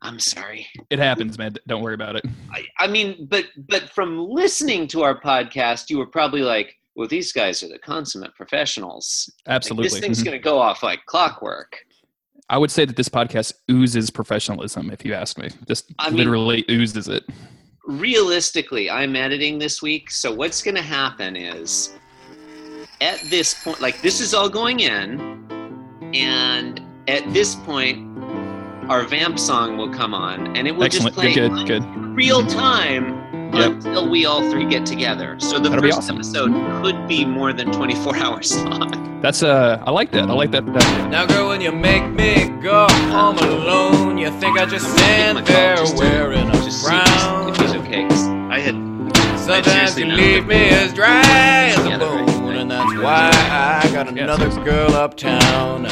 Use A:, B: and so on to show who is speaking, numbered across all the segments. A: I'm sorry.
B: It happens, man. Don't worry about it.
A: I, I mean, but but from listening to our podcast, you were probably like, "Well, these guys are the consummate professionals. Like,
B: Absolutely.
A: this thing's
B: Mhm.
A: going to go off like clockwork."
B: I would say that this podcast oozes professionalism, if you ask me. Just
A: I mean-
B: literally oozes it.
A: realistically, I'm editing this week, so what's going to happen is at this point, like this is all going in, and at this point, our vamp song will come on, and it will
B: Excellent.
A: just play
B: Good, good, good.
A: real time
B: Yep.
A: until we all three get together. So the
B: That'll be
A: first
B: awesome.
A: episode could be more than 24 hours long.
B: That's uh I like that. I like that. that-
C: Now, girl, when you make me go home alone, you think I just stand there wearing a
A: Just see
C: frown.
A: if he's okay. 'cause I had
C: Sometimes
A: seriously
C: you
A: now.
C: leave me as dry as
A: Yeah,
C: a
A: they're right.
C: bone, and that's why I got
B: Yeah,
C: another girl uptown.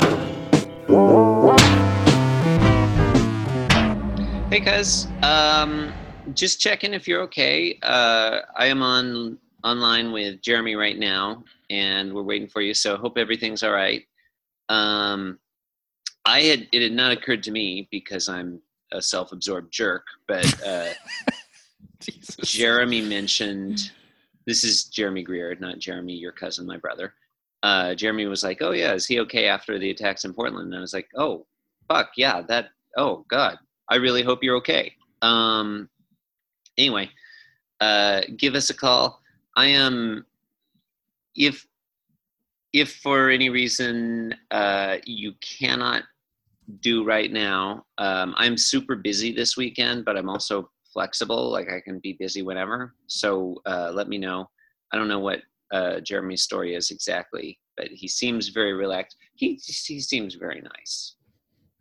A: Hey, guys. Um, just checking if you're okay. Uh, I am on online with Jeremy right now, and we're waiting for you. So hope everything's all right. Um, I had it had not occurred to me because I'm a self-absorbed jerk, but uh,
B: Jesus.
A: Jeremy mentioned this is Jeremy Greer, not Jeremy, your cousin, my brother. Uh, Jeremy was like, "Oh yeah, is he okay after the attacks in Portland?" And I was like, "Oh, fuck yeah, that. Oh god, I really hope you're okay." Um, anyway, uh, give us a call. I am if if for any reason uh, you cannot do right now. Um, I'm super busy this weekend, but I'm also flexible. Like I can be busy whenever. So uh, let me know. I don't know what uh, Jeremy's story is exactly, but he seems very relaxed. He he seems very nice.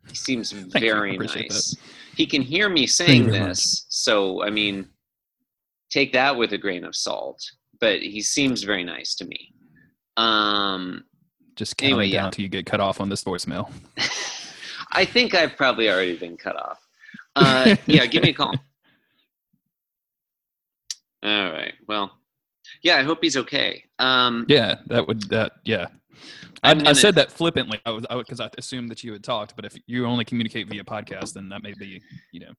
A: He seems
B: I
A: very
B: appreciate
A: nice. He can hear me
B: you
A: saying
B: very much.
A: this, so I mean, take that with a grain of salt. But he seems very nice to me. Um,
B: Just counting
A: Anyway, yeah.
B: down till you get cut off on this voicemail.
A: I think I've probably already been cut off. Uh, yeah, give me a call. All right. Well, yeah, I hope he's okay. Um,
B: Yeah, that would that yeah. I,
A: I'm
B: I
A: gonna-
B: said that flippantly. I was because I, assumed that you had talked, but if you only communicate via podcast, then that may be you know.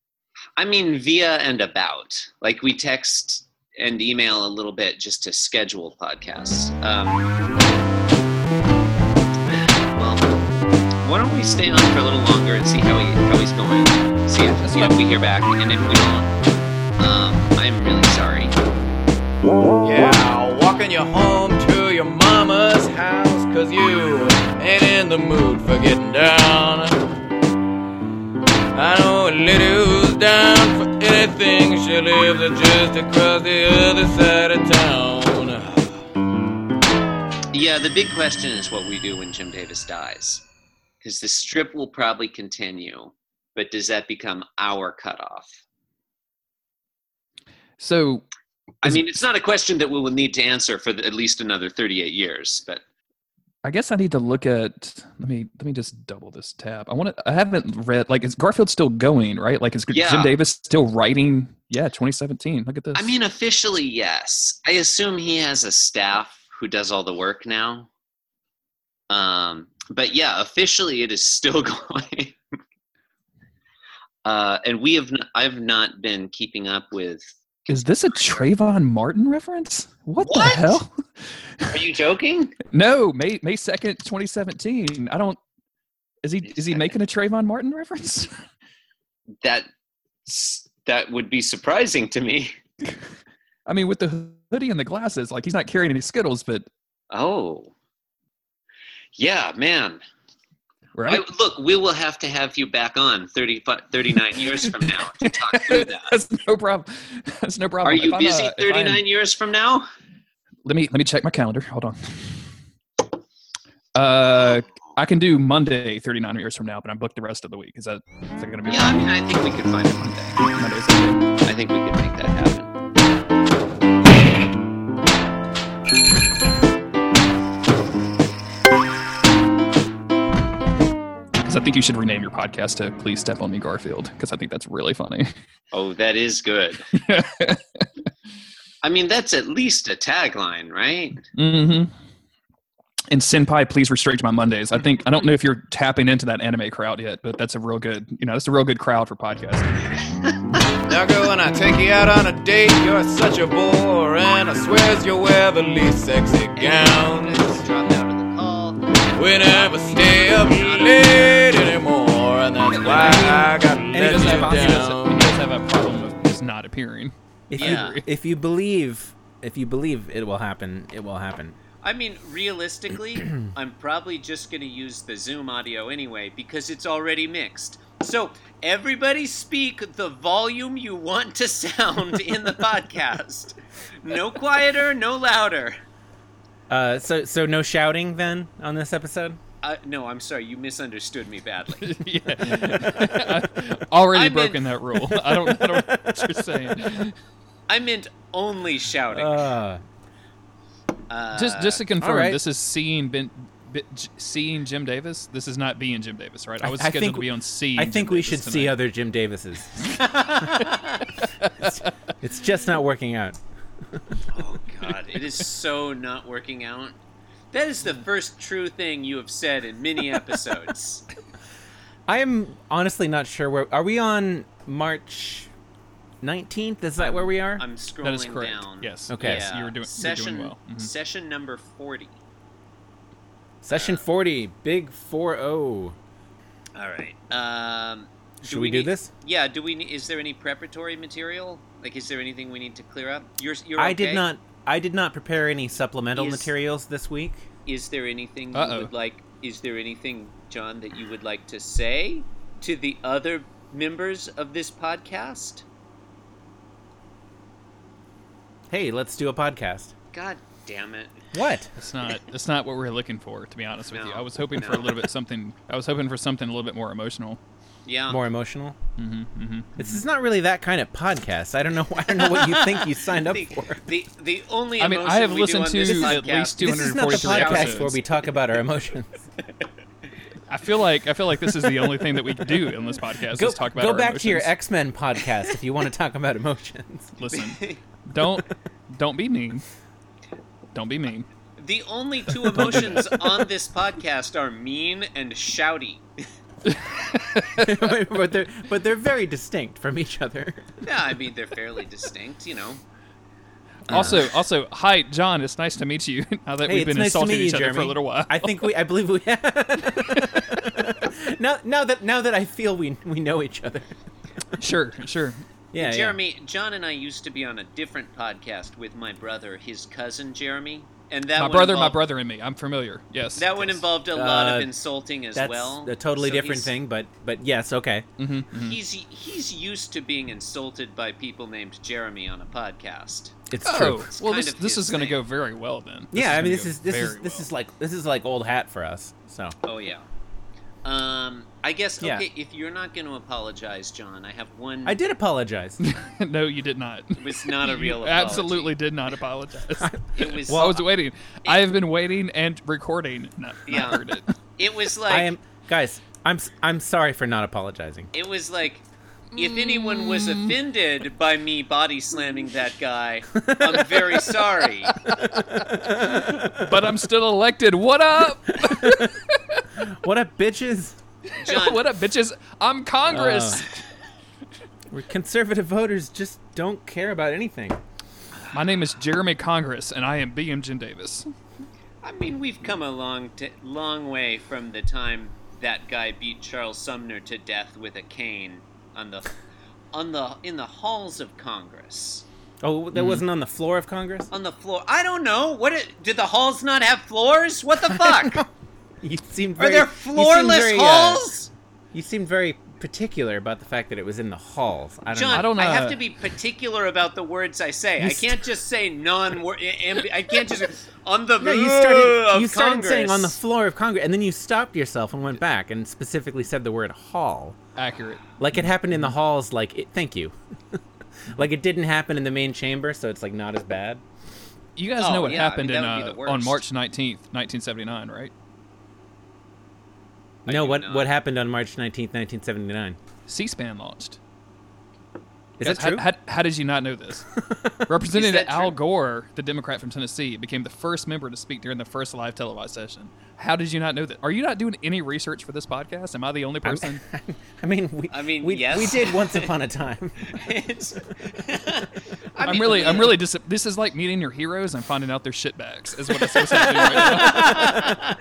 A: I mean, via and about. Like we text and email a little bit just to schedule podcasts. Um, well, why don't we stay on for a little longer and see how he how he's going? See if, see if we hear back, and if we don't, um, I'm really sorry.
C: Yeah, walking you home to your mama's house, cause you ain't in the mood for getting down. I know a lady who's down for anything, she lives just across the other side of town.
A: Yeah, the big question is what we do when Jim Davis dies. Because the strip will probably continue, but does that become our cutoff?
B: So
A: I
B: Is-
A: mean, it's not a question that we will need to answer for the, at least another 38 years, but
B: I guess I need to look at. Let me let me just double this tab. I want to. I haven't read. Like, is Garfield still going? Right? Like, is
A: Yeah.
B: Jim Davis still writing? Yeah, 2017. Look at this.
A: I mean, officially, yes. I assume he has a staff who does all the work now. Um, but yeah, officially, it is still going. uh, and we have, n- I've not been keeping up with.
B: is this a Trayvon Martin reference? What, the
A: What?
B: hell?
A: Are you joking?
B: No, May May second, 2017. I don't. Is he is he making a Trayvon Martin reference?
A: that s- that would be surprising to me.
B: I mean, with the hoodie and the glasses, like he's not carrying any Skittles, but
A: Oh, yeah, man.
B: right.
A: I, look, we will have to have you back on 30, 39 years from now to talk through that.
B: That's no problem. That's no problem.
A: Are you
B: If I'm,
A: busy
B: uh, if I'm-
A: 39 years from now?
B: let me let me check my calendar. Hold on. Uh, I can do Monday, 39 years from now, but I'm booked the rest of the week. Is that is that gonna be
A: Yeah, I mean, I think we could find a Monday.
B: Monday's okay?
A: I think we could make that happen.
B: Because I think you should rename your podcast to "Please Step on Me, Garfield" because I think that's really funny.
A: Oh, that is good. I mean, that's at least a tagline, right?
B: mm-hmm. And Senpai, please restrict my Mondays. I think I don't know if you're tapping into that anime crowd yet, but that's a real good, you know, that's a real good crowd for podcasting.
C: Now girl, when I take you out on a date, you're such a bore, and I swears you wear the least sexy gown.
A: Dropped out of the call.
C: We never stay up late anymore, and that's why I got
B: And he
C: let
B: doesn't have, he
C: you
B: does, he
C: down.
B: does have a problem of just not appearing.
D: If
A: Yeah.
D: you if you believe if you believe it will happen, it will happen.
A: I mean, realistically, I'm probably just going to use the Zoom audio anyway because it's already mixed. So, everybody speak the volume you want to sound in the podcast. No quieter, no louder.
D: Uh, so so no shouting then on this episode.
A: Uh, no, I'm sorry, you misunderstood me badly.
B: yeah. I've already
A: I'm in-
B: broken that rule. I don't, I don't know what you're saying.
A: I meant only shouting.
D: Uh,
A: Uh,
B: Just just to confirm,
D: alright.
B: this is seeing ben, Ben- J- seeing Jim Davis. This is not being Jim Davis, right? I
D: I-
B: was
D: I
B: scheduled
D: think-
B: to be on seeing.
D: I think
B: Jim
D: we
B: Davis
D: should
B: tonight.
D: see other Jim Davises. It's- it's just not working out.
A: oh, God, it is so not working out. That is the first true thing you have said in many episodes.
D: I am honestly not sure where are we on March 19th? Is that where we are?
A: I'm scrolling
B: That is correct.
A: down.
B: Yes.
D: Okay.
B: Yes, you were doing, you're
A: session,
B: doing well. Mhm.
A: Session number 40.
D: Session
A: uh,
D: 40, Big oh. 40.
A: All right. Um,
D: Should we do
A: need-
D: this?
A: Yeah. Do we? ne- Is there any preparatory material? Like, is there anything we need to clear up? You're. you're
D: I did
A: okay?
D: not I did not prepare any supplemental
A: Is-
D: materials this week.
A: Is there anything
B: Uh-oh.
A: you would like? Is there anything, John, that you would like to say to the other members of this podcast?
D: Hey, let's do a podcast.
A: God damn it!
D: What?
B: That's not that's not what we're looking for, to be honest with you.
A: No,
B: I was hoping for a
A: no.
B: little bit something. I was hoping for something a little bit more emotional. Uh-huh.
A: Yeah.
D: More emotional?
B: hmm hmm
D: This is not really that kind of podcast. I don't know I don't know what you think you signed up
A: The,
D: for.
A: the the only
B: I mean,
A: emotion
B: I have
A: we do
B: listened
A: on this
B: to at
A: podcast-
B: least
D: This is not the
B: 243
D: podcast
B: episodes.
D: where we talk about our emotions.
B: I feel like I feel like this is the only thing that we can do on this podcast
D: go
B: is talk about.
D: go
B: our
D: back to your
B: emotions.
D: X Men podcast if you want to talk about emotions.
B: Listen, don't don't be mean. Don't be mean.
A: The only two emotions on this podcast are mean and shouty.
D: but they're but they're very distinct from each other.
A: Yeah, I mean they're fairly distinct, you know.
B: Also, also, hi John. It's nice to meet you. Now that
D: Hey,
B: we've
D: it's
B: been
D: nice to
B: insulting
D: meet you,
B: each other for a
D: Jeremy.
B: little while.
D: I think we, I believe we. now, now that now that I feel we we know each other.
B: sure, sure.
D: Yeah,
A: Jeremy, John and I used to be on a different podcast with my brother, his cousin Jeremy, and that
B: My
A: one
B: brother, my
A: involved-
B: brother, and me. I'm familiar. Yes.
A: That one
B: yes.
A: involved a lot
D: Uh,
A: of insulting as
D: That's
A: well.
D: a totally
A: so
D: different
A: he's-
D: thing, Mm-hmm. but but yes, okay.
B: Mhm, mhm.
A: He's he's used to being insulted by people named Jeremy on a podcast.
D: It's
B: Oh,
D: true.
B: well,
A: kind
B: this
A: of
B: this
A: his
B: is going to
A: thing.
B: go very well then.
D: Yeah, I mean, this
B: gonna
D: is
B: go
D: this is
B: very
D: this
B: well.
D: is like this is like old hat for us. So
A: Oh yeah. Um, I guess
D: Yeah.
A: okay. If you're not going to apologize, John, I have one.
D: I did apologize.
B: no, you did not.
A: It was not a real.
B: You
A: apology.
B: Absolutely did not apologize.
A: It was.
B: I was waiting. I have been waiting and recording. No,
A: Yeah.
B: not heard it.
A: it was like.
D: I am guys. I'm s- I'm sorry for not apologizing.
A: It was like, if anyone was offended by me body slamming that guy, I'm very sorry.
B: But I'm still elected. What up?
D: What up, bitches?
A: John,
B: what up, bitches? I'm Congress.
D: Uh. We're conservative voters just don't care about anything.
B: My name is Jeremy Congress, and I am BM Jim Davis.
A: I mean, we've come a long, t- long way from the time that guy beat Charles Sumner to death with a cane on the, on the in the halls of Congress.
D: Oh, that wasn't on the floor of Congress.
A: On the floor. I don't know. What it, did the halls not have floors? What the fuck?
D: You seemed
A: Are
D: very,
A: there
D: you seemed
A: floorless
D: very, uh,
A: halls?
D: you seemed very particular about the fact that it was in the halls. I don't
A: John,
D: know.
A: I, uh,
B: I don't know.
A: have to be particular about the words I say. I can't just say non. I can't just on the.
D: No, you started.
A: of
D: you started saying
A: Congress.
D: on the floor of Congress, and then you stopped yourself and went back and specifically said the word hall,
B: Accurate.
D: like it happened
B: Mm.
D: in the halls. Like it, thank you. like it didn't happen in the main chamber, so it's like not as bad.
B: You guys
A: Oh,
B: know what
A: yeah, I mean,
B: happened
A: that would be
B: in
A: the
B: uh, on
A: worst.
B: March 19th, 1979, right?
A: I
D: no,
A: do
D: what
A: not.
D: what happened on March nineteenth, nineteen seventy nine?
B: C-SPAN launched.
D: Is
B: Yes,
D: that true?
B: How, how, how did you not know this? Representative
A: Is that
B: Al
A: true?
B: Gore, the Democrat from Tennessee, became the first member to speak during the first live televised session. How did you not know that? Are you not doing any research for this podcast? Am I the only person?
D: I mean, we,
A: I mean,
D: we,
A: yes.
D: we did once upon a time.
A: It's- I
B: I'm
A: mean,
B: really, I'm really. Dis- this is like meeting your heroes and finding out they're shitbags. Is what I'm supposed to do right now.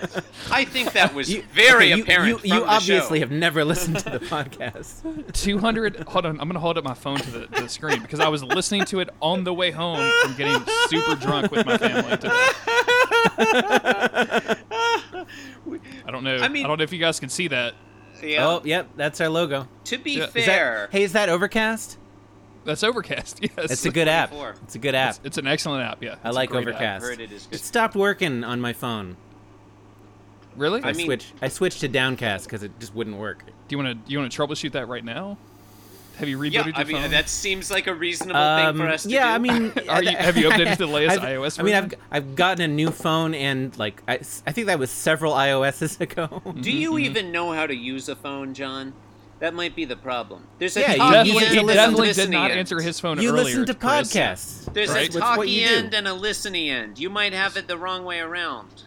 A: I think that was very
D: okay, you-
A: apparent.
D: You, you obviously have never listened to the podcast.
B: 200 hold on i'm gonna hold up my phone to the, to the screen because i was listening to it on the way home from getting super drunk with my family today i don't know
A: I
B: i,
A: mean-
B: don't know if you guys can see that
A: have. Yeah.
D: Oh, yep, that's our logo.
A: to be
B: yeah. Is that-
D: Is that-
A: fair,
D: hey, is that Overcast?
B: that's overcast yes
D: It's a good app.
A: 24.
D: It's a good app.
B: it's, it's an excellent app yeah
D: I
B: It's a
D: like
B: great app.
D: Overcast.
A: Heard it is good.
D: It stopped working on my phone.
B: really
A: I
D: I,
A: mean-
D: switched. I switched to Downcast because it just wouldn't work.
B: do you want to you want to troubleshoot that right now have you rebooted
A: yeah.
B: your
A: I mean,
B: phone
A: that seems like a reasonable
D: Um,
A: thing for us to do.
D: yeah, I mean,
B: Are you- have you updated the latest
D: I've-
B: iOS
D: I mean, I've
B: version?
D: I've gotten a new phone and like I, I think that was several iOSs ago.
B: Mm.
A: Do you even know how to use a phone, John? That might be the problem. There's a
D: Yeah, you-
A: talky
B: definitely,
D: you
A: end
B: he
A: and a
B: definitely did
A: listening
B: not
A: end.
B: answer his phone
D: you
B: earlier
D: listen to
B: Chris.
D: podcasts.
A: There's
B: Right?
A: a
B: It's
D: what
A: talky
D: you do.
A: end and a listening end. You might have it the wrong way around.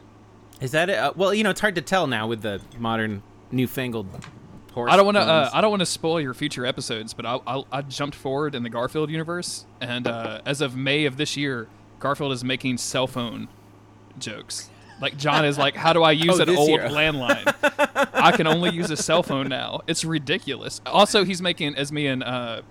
D: Is that it? Uh, well, you know, it's hard to tell now with the modern newfangled horse.
B: I don't want to. Uh,
D: phones.
B: I don't want to spoil your future episodes, but I, I, I jumped forward in the Garfield universe, and uh, as of May of this year, Garfield is making cell phone jokes. Like John is like, "How do I use
D: Oh,
B: an
D: this
B: old
D: year.
B: landline? I can only use a cell phone now. It's ridiculous." Also, he's making as me and uh,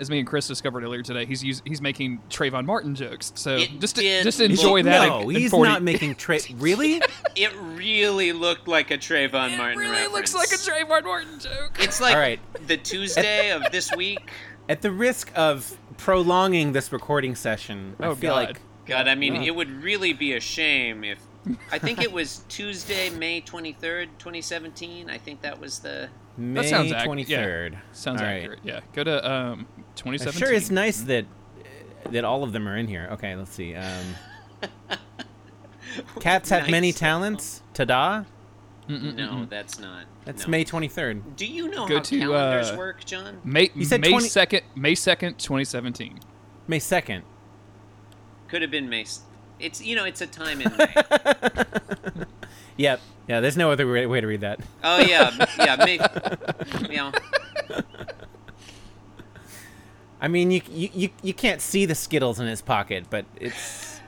B: as me and Chris discovered earlier today, he's use, he's making Trayvon Martin jokes. So
A: It
B: just
A: did
B: just
A: look-
B: enjoy that.
D: No,
B: in- in
D: he's
B: 40
D: not making trade. really?
A: It really looked like a Trayvon Martin
B: Really
A: reference.
B: looks like a Trayvon Martin joke.
A: It's like
D: All right.
A: the Tuesday of this week.
D: At the risk of prolonging this recording session,
B: Oh,
D: I
B: God.
D: feel like
A: God, I mean,
B: Yeah.
A: it would really be a shame if. I think it was Tuesday, May 23rd, 2017. I think that was the.
D: May
B: sounds ac-
D: twenty third.
B: Sounds accurate. Yeah, go to um, twenty
D: It
B: seventeen. Mm-hmm.
D: sure is nice that that all of them are in here. Okay, let's see. Um, cats have
A: Nice.
D: many talents. Ta-da!
A: No, that's not.
D: That's
A: no.
D: May twenty third.
A: Do you know
B: Mm-hmm. Go
A: how
B: to,
A: calendars
B: uh,
A: work, John?
B: May
D: You said
B: May
D: 20
B: second, May second, twenty seventeen.
D: May second.
A: Could have been May. s- It's you know, it's a time in May.
D: Yep. Yeah. There's no other way, way to read that.
A: oh yeah, yeah, May. Yeah.
D: I mean, you you you, you can't see the Skittles in his pocket, but it's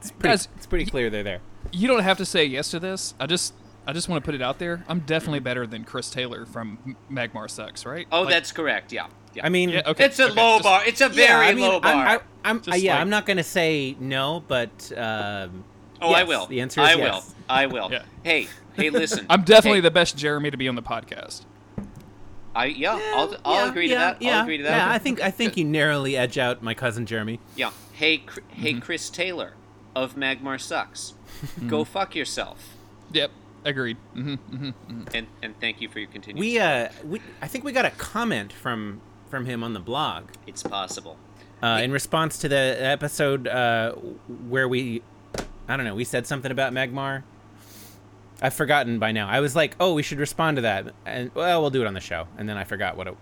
D: it's pretty
B: Guys,
D: it's pretty clear they're there.
B: You don't have to say yes to this. I just I just want to put it out there. I'm definitely better than Chris Taylor from M- Magmar Sucks, right?
A: Oh,
B: Like-
A: that's correct. Yeah. yeah.
D: I mean,
B: yeah. Okay,
A: it's a
B: okay,
A: low
B: just-
A: bar. It's a very
D: yeah, I mean,
A: low bar.
D: I'm, I, am
B: Just
D: yeah,
B: like-
D: I'm not gonna say no, but um,
A: oh, I
D: yes,
A: will.
D: The answer is
A: I
D: yes.
A: will. I will.
B: Yeah.
A: Hey, hey, listen.
B: I'm definitely
A: Hey,
B: the best Jeremy to be on the podcast.
A: I yeah. I'll, I'll
D: Yeah,
A: agree to
D: yeah,
A: that.
D: Yeah,
A: I'll agree to that.
D: Yeah, I think I think you narrowly edge out my cousin Jeremy.
A: Yeah. Hey, Cr-
D: Mm-hmm.
A: hey, Chris Taylor of Magmar sucks. Go fuck yourself.
B: Yep, agreed. hmm
A: And and thank you for your continued.
D: We uh, we I think we got a comment from from him on the blog
A: it's possible.
D: uh, in response to the episode uh, where we, I don't know, we said something about Magmar. I've forgotten by now. I was like, oh, we should respond to that, and well, we'll do it on the show, and then I forgot what it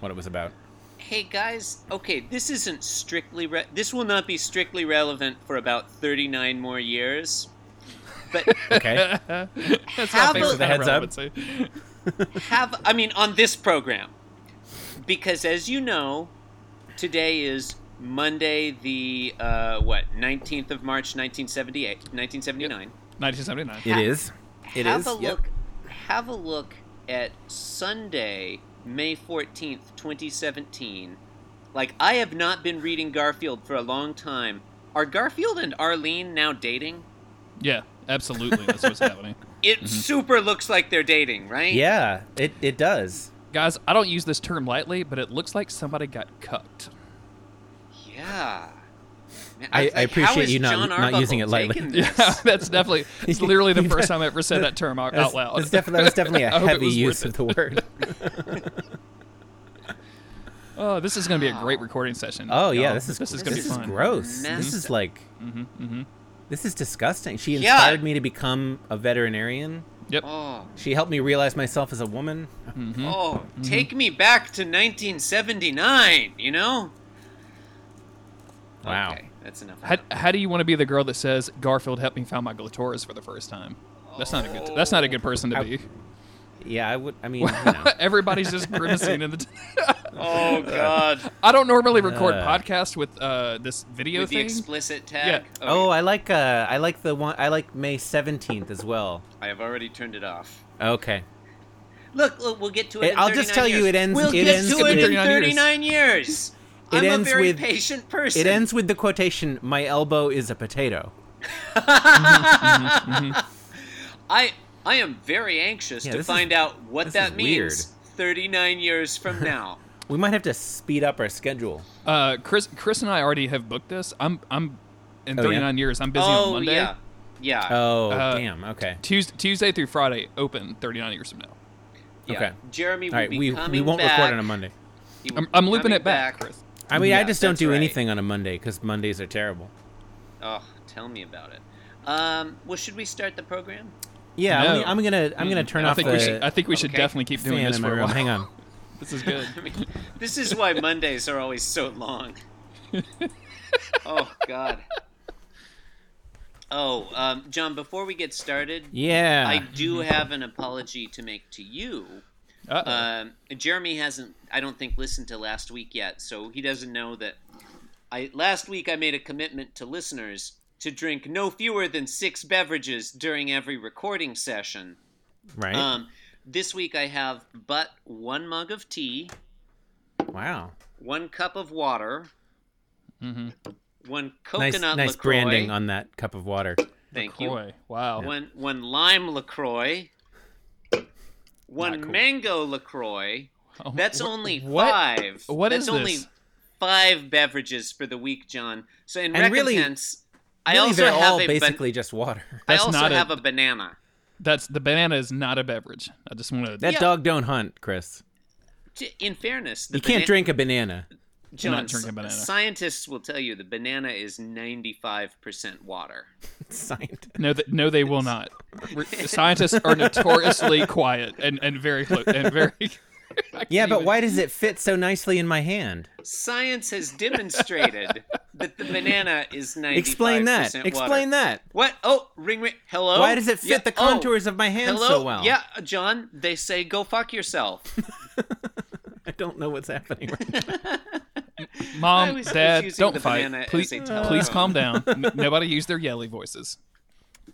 D: what it was about.
A: Hey guys, okay, this isn't strictly re- this will not be strictly relevant for about 39 more years. But
D: Okay,
B: That's
A: Have
B: my favorite
A: a- The
B: kind of
D: heads up.
B: relevancy.
A: have I mean on this program because as you know, today is Monday the uh, what, 19th of March 1978, 1979.
B: 1979.
D: it is. It is.
A: have a
D: yep.
A: look have a look at sunday may 14th 2017 like i have not been reading garfield for a long time are garfield and arlene now dating
B: Yeah, absolutely. That's what's happening.
A: it super looks like they're dating right
D: Mm-hmm. Yeah, it it does.
B: Guys, I don't use this term lightly, but it looks like somebody got cucked.
A: yeah Man,
D: I-
A: was
D: I
A: how
D: appreciate
A: is
D: you not-
A: John
D: not
A: Arbuckle
D: using it lightly.
A: taking
B: Yeah,
A: this?
B: that's definitely. It's literally the first time I ever said that term out, out
D: That's-
B: loud.
D: that's defi- that was definitely
B: I
D: a
B: hope it
D: heavy
B: was worth
D: use
B: it.
D: of the word.
B: Oh, this is going to be a great recording session.
D: Oh yeah,
B: y'all.
D: this is
B: this is
D: this
B: going to be
D: is
B: fun. Mm-hmm,
D: gross. This
A: Messed
D: is like this is disgusting. She
A: Yeah.
D: inspired me to become a veterinarian.
A: Oh,
D: She helped me realize myself as a woman. Mm-hmm.
B: hmm
A: oh, take me back to 1979. You know?
D: Wow.
A: Okay, that's enough.
B: How, how do you want to be the girl that says Garfield helped me find my glittoris for the first time? That's not a good. That's not a good person to
D: I-
B: be.
D: Yeah, I would. I mean, you know.
B: Everybody's just grimacing in the. T-
A: Oh God.
B: I don't normally record
D: Uh.
B: podcasts with uh, this video
A: With the
B: thing.
A: explicit tag.
B: Yeah.
A: Oh,
D: oh, I like. Uh, I like the one. I like May seventeenth as well.
A: I have already turned it off.
D: Okay.
A: Look, look, we'll get to it.
D: It-
A: in
D: I'll just
A: 39
D: tell you
A: years.
D: it ends-
A: We'll
D: it
A: get
D: ends
A: to
B: with-
A: it in
B: 39
A: 39 years.
D: It
A: I'm
D: ends
A: a very
D: with-
A: patient person.
D: It ends with the quotation, "My elbow is a potato."
A: I I am very anxious
D: Yeah,
A: to
D: this is-
A: find out what
D: this
A: that
D: is
A: means.
D: weird.
A: 39 years from now.
D: We might have to speed up our schedule.
B: Uh, Chris, Chris and I already have booked this. I'm, I'm, in
D: Oh, yeah?
B: 39 years, I'm busy on
A: oh
B: Monday.
A: yeah, yeah.
D: Oh,
B: Uh,
D: damn. Okay.
B: Tuesday, Tuesday through Friday, open 39 years from now.
A: yeah.
D: okay.
A: Jeremy will
D: All right,
A: be
D: we we
A: coming
D: won't
A: back.
D: record on a Monday.
A: He will
B: I'm,
A: be
B: I'm looping
A: coming
B: it back, Chris.
D: I mean, I
A: Yeah,
D: just don't
A: that's
D: do
A: right.
D: anything on a Monday because Mondays are terrible.
A: Oh, tell me about it. Um, well, should we start the program?
D: Yeah,
B: No.
D: I'm, gonna- I'm gonna I'm gonna turn
B: I
D: off
B: think
D: the
B: we should, I think we should
A: okay.
B: definitely keep doing
D: fan
B: this
D: in my
B: for a
D: room.
B: while.
D: Hang on.
B: This is good.
A: I mean, this is why Mondays are always so long. oh God. Oh, um, John. Before we get started,
D: Yeah.
A: I do have an apology to make to you.
B: Uh-oh.
A: Um, Jeremy hasn't, I don't think, listened to last week yet, so he doesn't know that. I last week I made a commitment to listeners to drink no fewer than six beverages during every recording session.
D: right.
A: Um, this week I have but one mug of tea,
D: wow.
A: one cup of water,
B: Mhm.
A: one
D: Mm-hmm. Nice
A: coconut
D: nice
A: LaCroix,
D: branding on that cup of water.
A: thank you,
B: Boy, wow.
A: one one lime Lacroix, one mango Lacroix.
B: Oh,
A: That's
B: wh-
A: only
B: what?
A: five.
B: what
A: That's
B: is
A: only
B: this?
A: five beverages for the week, John. So in
D: And really-
A: recompense, I
D: Really,
A: also
D: they're
A: have
D: all
A: a ban-
D: basically just water.
A: I
B: That's
A: also
B: not a-
A: have a, banana.
B: That's the banana is not a beverage. I just want to.
D: That dog don't hunt, Chris.
A: T- In fairness, the
D: You can't
A: bana-
D: drink a banana.
A: John,
B: not drinking
A: s-
B: banana.
A: Scientists will tell you the banana is ninety-five percent water.
D: Scientist.
B: No, th- no, they will not. Re- Scientists are notoriously quiet and and very close and very. I can't
D: Yeah, but
B: even-
D: why does it fit so nicely in my hand?
A: Science has demonstrated that the banana is ninety-five
D: Explain that. Explain that.
A: What? Oh, ring ring. Hello.
D: Why does it fit
A: Yeah,
D: the
A: oh,
D: contours of my hand
A: Hello.
D: so well?
A: Yeah, John. They say go fuck yourself.
D: I don't know what's happening. Right now.
A: I
B: Mom,
A: was- I was
B: Dad,
A: using
B: don't
A: the banana
B: fight.
A: as
B: Please,
A: a
B: please
A: telephone.
B: calm down. N- nobody use their yelly voices.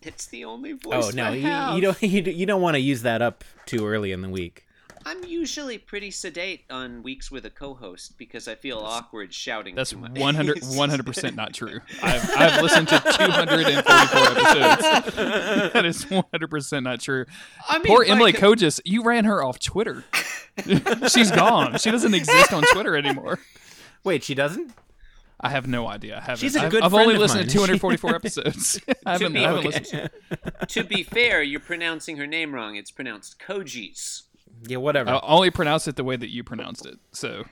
A: It's the only voice.
D: oh no,
A: I
D: you,
A: have.
D: you don't you, do- you don't want to use that up too early in the week.
A: I'm usually pretty sedate on weeks with a co-host because I feel awkward shouting.
B: That's
A: too much.
B: 100 percent not true. I've, I've listened to two hundred and forty-four episodes. That is one hundred percent not true.
A: I mean,
B: Poor
A: my
B: Emily
A: co-
B: Kogis, you ran her off Twitter. She's gone. She doesn't exist on Twitter anymore.
D: Wait, she doesn't?
B: I have no idea. I haven't.
D: She's a
B: I've-
D: good
B: I've,
D: friend
B: only
D: of
B: listened
D: mine.
B: to 244 episodes. I haven't, I
A: be-
B: haven't
A: okay.
B: listened.
A: to be fair, you're pronouncing her name wrong. It's pronounced Kojis.
D: Yeah, whatever.
B: I only pronounce it the way that you pronounced it. So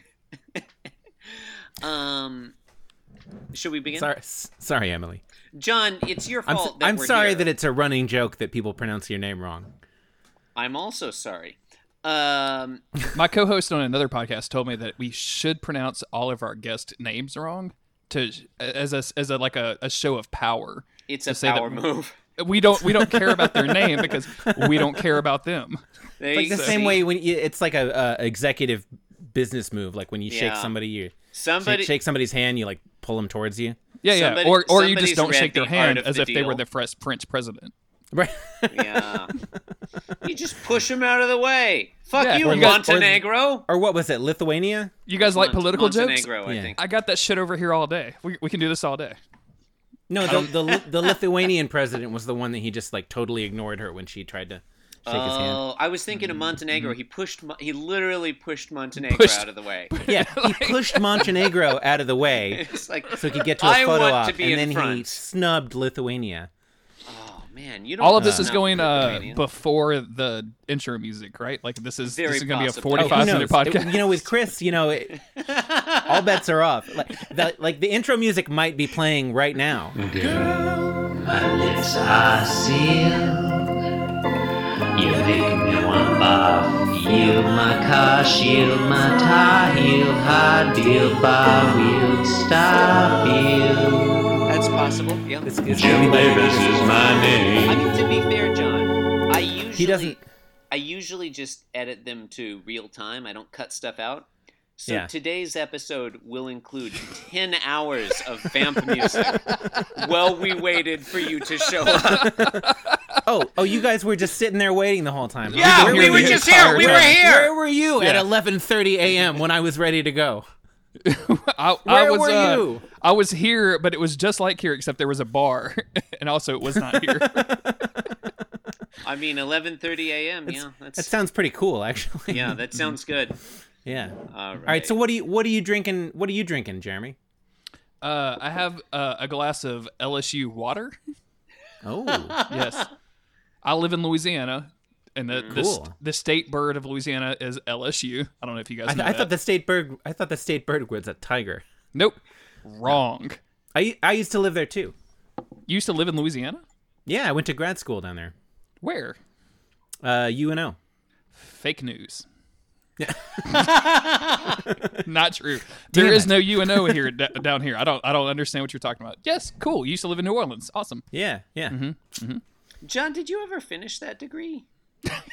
A: Um, should we begin?
D: sorry, s- sorry, Emily.
A: John, it's your
D: I'm, s-
A: fault. that
D: I'm
A: we're
D: sorry
A: here.
D: that it's a running joke that people pronounce your name wrong.
A: I'm also sorry. Um,
B: my co-host on another podcast told me that we should pronounce all of our guest names wrong to as a as a like a, a show of power.
A: it's
B: To
A: a
B: say that-
A: power move.
B: We don't we don't care about their name because we don't care about them.
A: There
D: Like
A: you
D: the same
A: see.
D: way when you, it's like a uh, executive business move. Like when you
A: Yeah.
D: shake somebody, you
A: somebody
D: shake, shake somebody's hand, you like pull them towards you.
B: Yeah, yeah.
A: Somebody-
B: or or you
A: somebody's
B: just don't
A: read
B: shake their
A: The Art
B: hand
A: of
B: as
A: the
B: if they were
A: Deal.
B: the French French president.
D: Right.
A: Yeah. you just push him out of the way. Fuck
B: Yeah,
A: you,
B: or you
D: guys- or-
A: Montenegro.
D: or what was it? Lithuania?
B: You guys like
A: Mont-
B: political jokes?
A: Montenegro, I
D: Yeah.
A: think.
B: I got that shit over here all day. We we can do this all day.
D: No, the, the Li- the Lithuanian president was the one that he just like totally ignored her when she tried to shake his hand.
A: Oh, I was thinking of Montenegro. He pushed. Mon- He literally pushed Montenegro
B: Mm-hmm. Pushed-
A: out of the way.
D: Yeah, he pushed Montenegro out of the way
A: It's like,
D: so he could get to a
A: I
D: photo
A: want
D: op,
A: to be
D: and
A: in
D: then he
A: front.
D: snubbed Lithuania.
A: oh man, you don't.
B: All of this
A: know
B: is going uh,
A: Lithuania.
B: before the intro music, right? Like this is
A: Very
B: this is going to be a
A: possible.
D: Oh, who
B: forty-five minute
D: knows? It-
B: podcast.
D: you know, with Chris, you know, it, all bets are off. Like the, like the intro music might be playing right now.
E: My lips are sealed.
A: You make me wanna barf. You my car, shield my tie, heel, hard deal, bar wheel, stop you.
E: That's possible. Yeah.
D: It's, it's
F: Jim Davis is my
A: I
F: name.
A: mean, to be fair, John, I usually
D: doesn't-
A: I usually just edit them to real time. I don't cut stuff out. So
D: Yeah.
A: today's episode will include ten hours of vamp music while we waited for you to show up.
D: Oh, oh, you guys were just sitting there waiting the whole time.
E: Yeah,
D: Where
E: we
D: were
E: were
D: you?
E: just here. We were
D: Where
E: here.
D: were you at
B: Yeah.
D: 11:30 a.m. when I was ready to go?
B: I, I
D: Where
B: was,
D: were
B: uh,
D: you?
B: I was here, but it was just like here, except there was a bar, and also it was not here.
A: I mean, eleven thirty a.m. Yeah,
D: That
A: that's
D: sounds pretty cool, actually.
A: yeah, that sounds good.
D: Yeah.
A: All right.
D: All right. So what do you what are you drinking? What are you drinking, Jeremy?
B: uh, I have uh, a glass of LSU water.
D: Oh,
B: Yes, I live in Louisiana, and the the,
D: Cool.
B: st- the state bird of Louisiana is LSU. I don't know if you guys.
D: I,
B: know
D: th- I
B: that.
D: thought the state bird. I thought the state bird was a tiger.
B: nope, wrong.
D: I I used to live there too.
B: You used to live in Louisiana.
D: Yeah, I went to grad school down there.
B: Where?
D: Uh, UNO.
B: Fake news. Not true. There is no UNO here d- down here. I don't. I don't understand what you're talking about. Yes, cool. You used to live in New Orleans. Awesome.
D: Yeah, yeah.
A: John, did you ever finish that degree?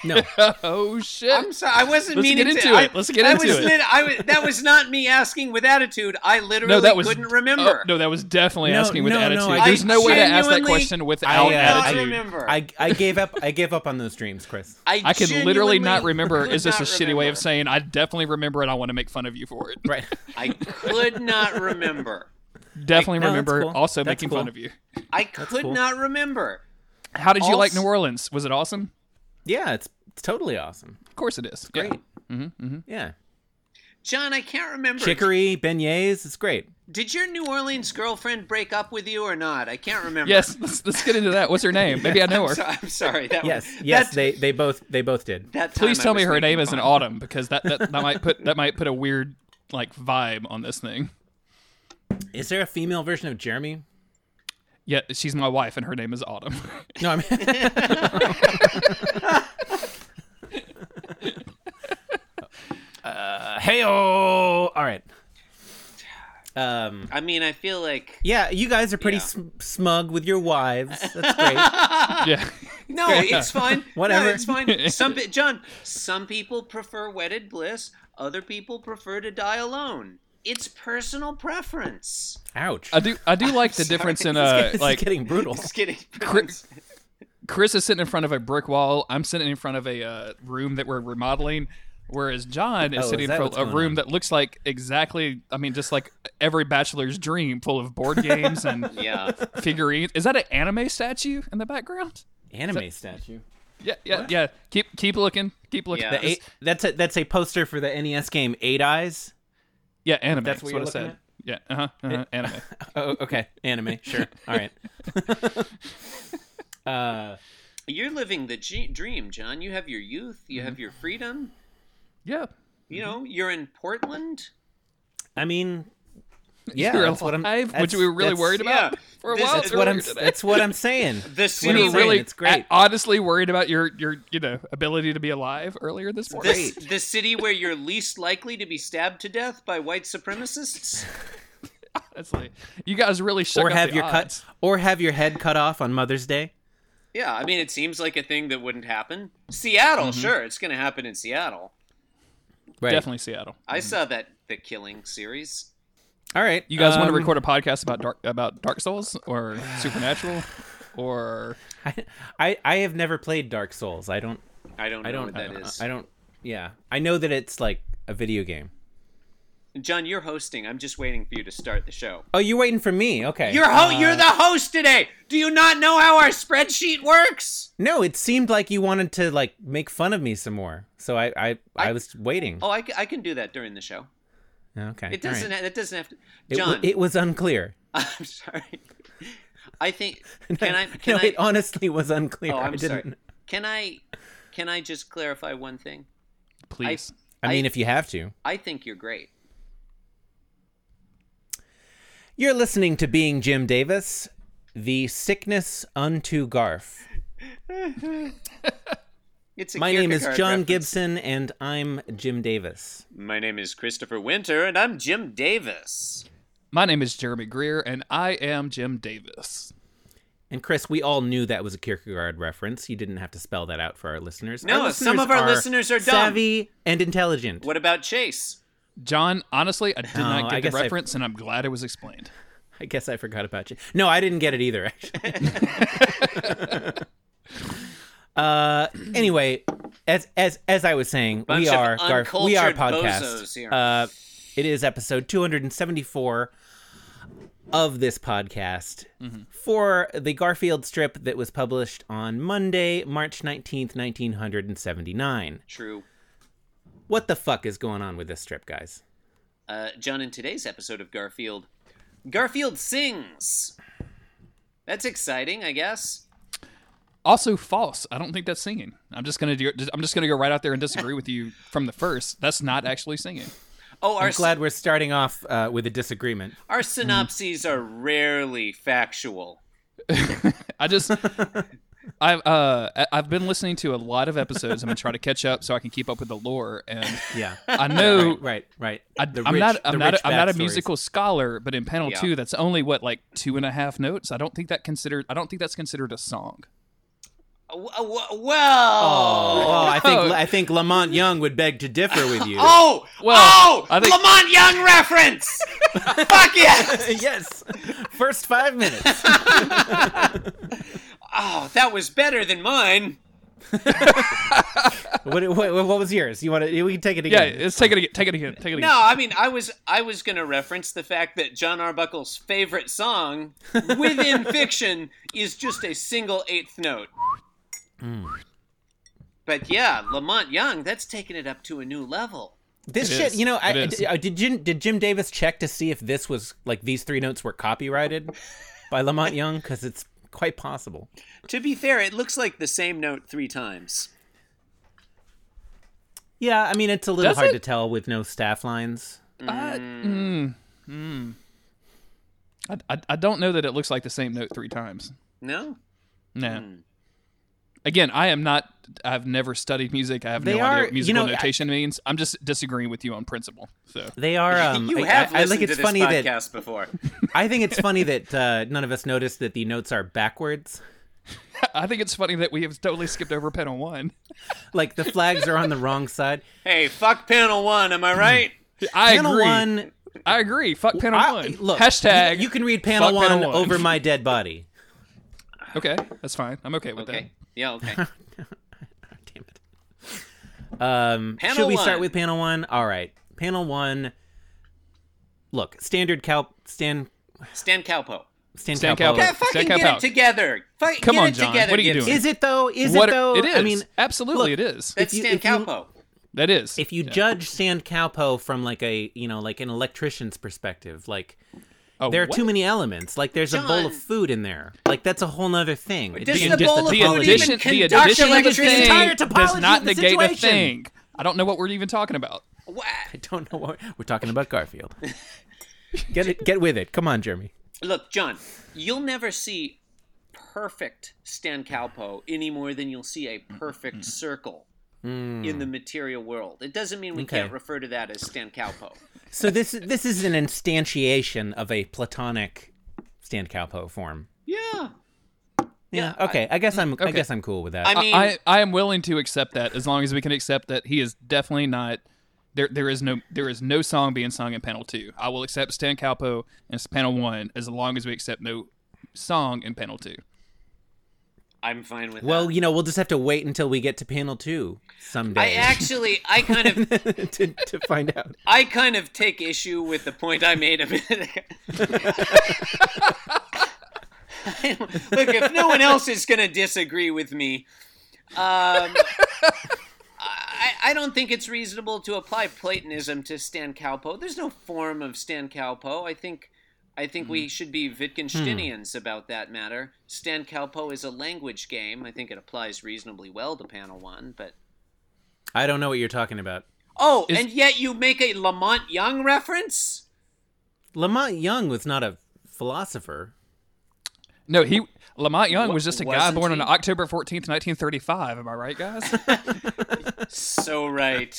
D: No,
B: Oh shit.
A: I'm sorry, I wasn't
B: Let's
A: meaning
B: get
A: to.
B: into
A: I-
B: it. Let's get
A: I
B: into
A: was
B: it.
A: lit- I was, that was not me asking with attitude. I literally
B: no, that was
A: couldn't remember.
B: oh, no, that was definitely
D: No,
B: asking with
D: no, no,
B: attitude.
D: I-
B: There's no way to ask that
A: genuinely-
B: question without
D: I, uh,
A: I
B: attitude.
A: don't remember.
D: I I gave up. I gave up on those dreams, Chris.
A: I,
B: I can literally not
A: genuinely
B: remember.
A: could
B: Is this a
A: not
B: shitty way
A: remember.
B: of saying I definitely remember and I want to make fun of you for it?
D: Right.
A: I could not remember.
B: Definitely
D: No, that's
B: remember.
D: cool.
B: Also
D: That's
B: making
D: cool.
B: fun of you.
A: I could
D: cool.
A: not remember.
B: How did you like
A: Also-
B: New Orleans? Was it awesome?
D: Yeah, it's, it's totally awesome.
B: Of course it is. Yeah. Mm-hmm,
D: Great. Yeah.
A: John, I can't remember.
D: Chicory beignets. It's great.
A: Did your New Orleans girlfriend break up with you or not? I can't remember.
B: Yes. Let's, let's get into that. What's her name? Maybe I know her.
A: So, I'm sorry. That
D: Yes.
A: was,
D: Yes.
A: that-
D: They they both they both did.
A: that time
B: Please
A: I
B: tell me
A: was
B: her
A: thinking
B: name is an
A: fine.
B: autumn because that, that, that might put that might put a weird like vibe on this thing.
D: Is there a female version of Jeremy?
B: Yeah, she's my wife and her name is Autumn.
D: No, I mean. uh, hey All right. Um.
A: I mean, I feel like
D: Yeah, you guys are pretty
A: Yeah.
D: sm- smug with your wives. That's great.
B: yeah.
A: no, it's fine.
D: Whatever.
A: no, it's fine. Some pe- John, some people prefer wedded bliss. Other people prefer to die alone. It's personal preference.
D: Ouch.
B: I do I do like the difference in uh
D: this is
B: like
D: getting brutal.
A: Just kidding.
B: Chris- Chris is sitting in front of a brick wall. I'm sitting in front of a uh, room that we're remodeling, whereas John
D: Oh,
B: is
D: is
B: sitting in
D: that
B: front
D: what's
B: of a
D: going
B: room
D: on?
B: that looks like exactly, I mean, just like every bachelor's dream, full of board games and
A: Yeah.
B: figurines. Is that an anime statue in the background?
D: Anime statue.
B: Yeah, yeah, yeah. Keep keep looking, keep looking.
A: Yeah.
B: Yeah,
D: The eight, that's a that's a poster for the NES game Eight Eyes.
B: yeah anime.
D: That's
B: That's
D: what
B: what,
D: you're
B: I
D: looking
B: said. Yeah, uh-huh, uh-huh, anime.
D: Oh, okay. Anime. Sure. All right. uh,
A: You're living the g- dream, John. You have your youth. You
D: Mm-hmm.
A: have your freedom.
B: Yeah,
A: You know, you're in Portland.
D: I mean, yeah,
B: You're
D: that's what I'm.
B: alive,
D: that's-
B: which we were really
D: that's-
B: worried about
A: yeah.
B: for a
A: This-
B: while.
A: that's
D: That's what I'm.
B: earlier today.
D: That's what I'm saying.
A: The
D: what
B: you
D: I'm
A: city
B: were
D: saying.
B: really
D: It's great.
B: a- honestly worried about your your you know ability to be alive earlier this morning.
A: This, the city where you're least likely to be stabbed to death by white supremacists.
B: Honestly, you guys really shook
D: or
B: up
D: have
B: the
D: your
B: odds.
D: cut, or have your head cut off on Mother's Day.
A: Yeah, I mean, it seems like a thing that wouldn't happen. Seattle,
D: Mm-hmm.
A: sure, it's going to happen in Seattle.
D: Right.
B: Definitely Seattle.
A: I
D: Mm-hmm.
A: saw that the Killing series.
D: All right.
B: You guys want to
D: um,
B: record a podcast about dark about Dark Souls or Supernatural or
D: I, I I have never played Dark Souls. I don't.
A: I don't know
D: I don't.
A: what that
D: I,
A: is.
D: I don't. Yeah. I know that it's like a video game.
A: John, you're hosting. I'm just waiting for you to start the show.
D: Oh, you're waiting for me. Okay. Uh,
A: You're ho- you're the host today. Do you not know how our spreadsheet works?
D: No, it seemed like you wanted to like make fun of me some more. So I I, I was waiting.
A: Oh, I, c- I can do that during the show.
D: okay.
A: It
D: all
A: doesn't.
D: right.
A: ha- It doesn't have to.
D: It w-
A: John,
D: It, was unclear.
A: I'm sorry. I think. Can I? Can
D: no,
A: I?
D: it honestly was unclear.
A: oh,
D: I
A: I'm
D: didn't.
A: sorry. Can I? Can I just clarify one thing?
B: please?
D: I mean,
A: I-
D: if you have to,
A: I think you're great.
D: you're listening to Being Jim Davis, the sickness unto Garf.
A: It's a
D: My name is
A: Kierkegaard
D: John
A: reference.
D: Gibson, and I'm Jim Davis.
A: My name is Christopher Winter, and I'm Jim Davis.
B: My name is Jeremy Greer, and I am Jim Davis.
D: And Chris, we all knew that was a Kierkegaard reference. You didn't have to spell that out for our listeners.
A: No,
D: Our
A: some of our listeners are dumb.
D: savvy and intelligent.
A: What about Chase?
B: John, honestly, I did
D: No,
B: not
D: Oh, I
B: get
D: guess
B: the
D: I-
B: reference, and I'm glad it was explained.
D: I guess I forgot about you. No, I didn't get it either. Actually. uh, anyway, as as as I was saying,
A: Bunch
D: we
A: of
D: are we are
A: uncultured
D: podcast.
A: bozos here.
D: Uh, it is episode 274 of this podcast
A: Mm-hmm.
D: for the Garfield strip that was published on Monday, March 19th, 1979.
A: True.
D: What the fuck is going on with this strip, guys?
A: Uh, John, in today's episode of Garfield, Garfield sings. That's exciting, I guess.
B: Also false. I don't think that's singing. I'm just gonna do. I'm just gonna go right out there and disagree with you from the first. That's not actually singing.
A: Oh, our
D: I'm glad we're starting off uh, with a disagreement.
A: our
B: Hmm.
A: synopses are rarely factual.
B: I just I've uh I- I've been listening to a lot of episodes. I'm gonna try to catch up so I can keep up with the lore. And
D: Yeah.
B: I know
D: Right, right.
B: I,
D: The
B: am
D: rich-
B: not I'm
D: the
B: not
D: rich
B: a, I'm not a
D: backstories.
B: musical scholar, but in panel
A: Yeah.
B: two, that's only what like two and a half notes. I don't think that considered I don't think that's considered a song.
A: Oh, oh, oh, Well.
D: Oh, I think
B: Oh.
D: I think Lamont Young would beg to differ with you.
A: Oh,
B: Well,
A: oh,
B: I think-
A: Lamont Young reference. Fuck yeah!
D: yes. First five minutes.
A: Oh, that was better than mine.
D: what, what, what was yours? You want to? We can take it
B: Yeah,
D: again.
B: let's take it again. Take it again. Take it again.
A: No, I mean, I was I was gonna reference the fact that John Arbuckle's favorite song within fiction is just a single eighth note.
B: Hmm.
A: But yeah, Lamont Young, that's taking it up to a new level.
D: this
B: It
D: shit.
B: is.
D: You know, I,
B: It is.
D: I- did Jim did Jim Davis check to see if this was like these three notes were copyrighted by Lamont Young? Because it's quite possible.
A: To be fair, it looks like the same note three times.
D: Yeah, I mean, it's a little
B: Does
D: hard
B: it?
D: to tell with no staff lines.
B: I, mm, mm. I, I, I don't know that it looks like the same note three times.
A: No?
B: No.
D: Hmm.
B: Again, I am not. I've never studied music. I have
D: They
B: no
D: are-
B: idea
D: you
B: what musical
D: know, I-
B: notation means. I'm just disagreeing with you on principle. So
D: They are. Um,
A: you
D: I-
A: have
D: I, I
A: listened
D: think it's
A: to this
D: funny
A: podcast
D: that
A: before.
D: I think it's funny that uh, none of us noticed that the notes are backwards.
B: I think it's funny that we have totally skipped over panel one.
D: Like the flags are on the wrong side.
A: Hey, fuck panel one, am I right?
B: I
D: Panel
B: agree.
D: one
B: I agree. Fuck panel
D: I-
B: one.
D: Look,
B: Hashtag.
D: You, you can read panel
B: fuck
D: one,
B: panel one.
D: over my dead body.
B: Okay, that's fine. I'm okay with
A: Okay. Yeah, okay.
D: Damn it. Um,
A: Panel
D: should we
A: one.
D: start with panel one? All right, panel one. Look, standard cow, stand,
A: Stan Calpo.
D: stand,
B: Stan
D: cow.
B: Calpo.
A: Yeah,
B: Yeah,
A: fucking
B: Stan
A: get
B: Calpo.
A: it together. Fuck,
B: Come
A: get
B: on,
A: it
B: John.
A: together,
B: What are you
A: Gibson.
B: doing?
D: Is it though? Is
B: that. What
D: it though?
B: it is?
D: I mean,
B: absolutely, it is.
A: That's
D: If you-
A: Stan
D: if you-
A: Calpo.
B: That is.
D: if you
B: Yeah.
D: judge stand cowpo from like a you know like an electrician's perspective, like
B: Oh,
D: there are
B: what?
D: too many elements. Like there's a bowl
A: John.
D: of food in there. Like that's a whole nother thing. It
A: Does
D: isn't
A: the
D: just
A: bowl of
B: the
A: food even
D: topology.
B: addition, the
A: conduct
B: addition of the
A: electricity?
B: thing
D: Entire
B: does
D: topology
B: not
D: of the
B: negate a
D: situation.
B: thing. I don't know what we're even talking about.
A: Wha-
D: I don't know what we're talking about. Garfield. get it. Get with it. Come on, Jeremy.
A: Look, John, you'll never see perfect Stan Calpo any more than you'll see a perfect circle in the material world. It doesn't mean we
D: Okay.
A: can't refer to that as Stan Calpo.
D: So this this is an instantiation of a platonic stand cowpo form.
A: Yeah.
D: Yeah. Okay. I, guess I'm. I
B: okay.
D: guess I'm cool with that.
A: I
B: I,
A: mean,
B: I, I am willing to accept that as long as we can accept that he is definitely not. There, there is no there is no song being sung in panel two. I will accept Stan Calpo and panel one as long as we accept no song in panel two.
A: I'm fine with
D: well,
A: that.
D: you know, we'll just have to wait until we get to panel two someday
A: I actually, I kind of,
D: to, to find out.
A: I kind of take issue with the point I made a minute ago. Look, if no one else is going to disagree with me, um, I, I don't think it's reasonable to apply Platonism to Stan Kalpo. There's no form of Stan Kalpo. I think, I think we should be Wittgensteinians about that matter. Stan Kalpo is a language game. I think it applies reasonably well to Panel One, but.
D: I don't know what you're talking about.
A: Oh,
B: Is-
A: and yet you make a Lamont Young reference?
D: Lamont Young was not a philosopher.
B: No, he Lamont Young
G: Wa-
B: was just a guy
A: wasn't
B: born on
A: he?
B: October fourteenth, nineteen thirty-five. Am I right, guys?
A: So right.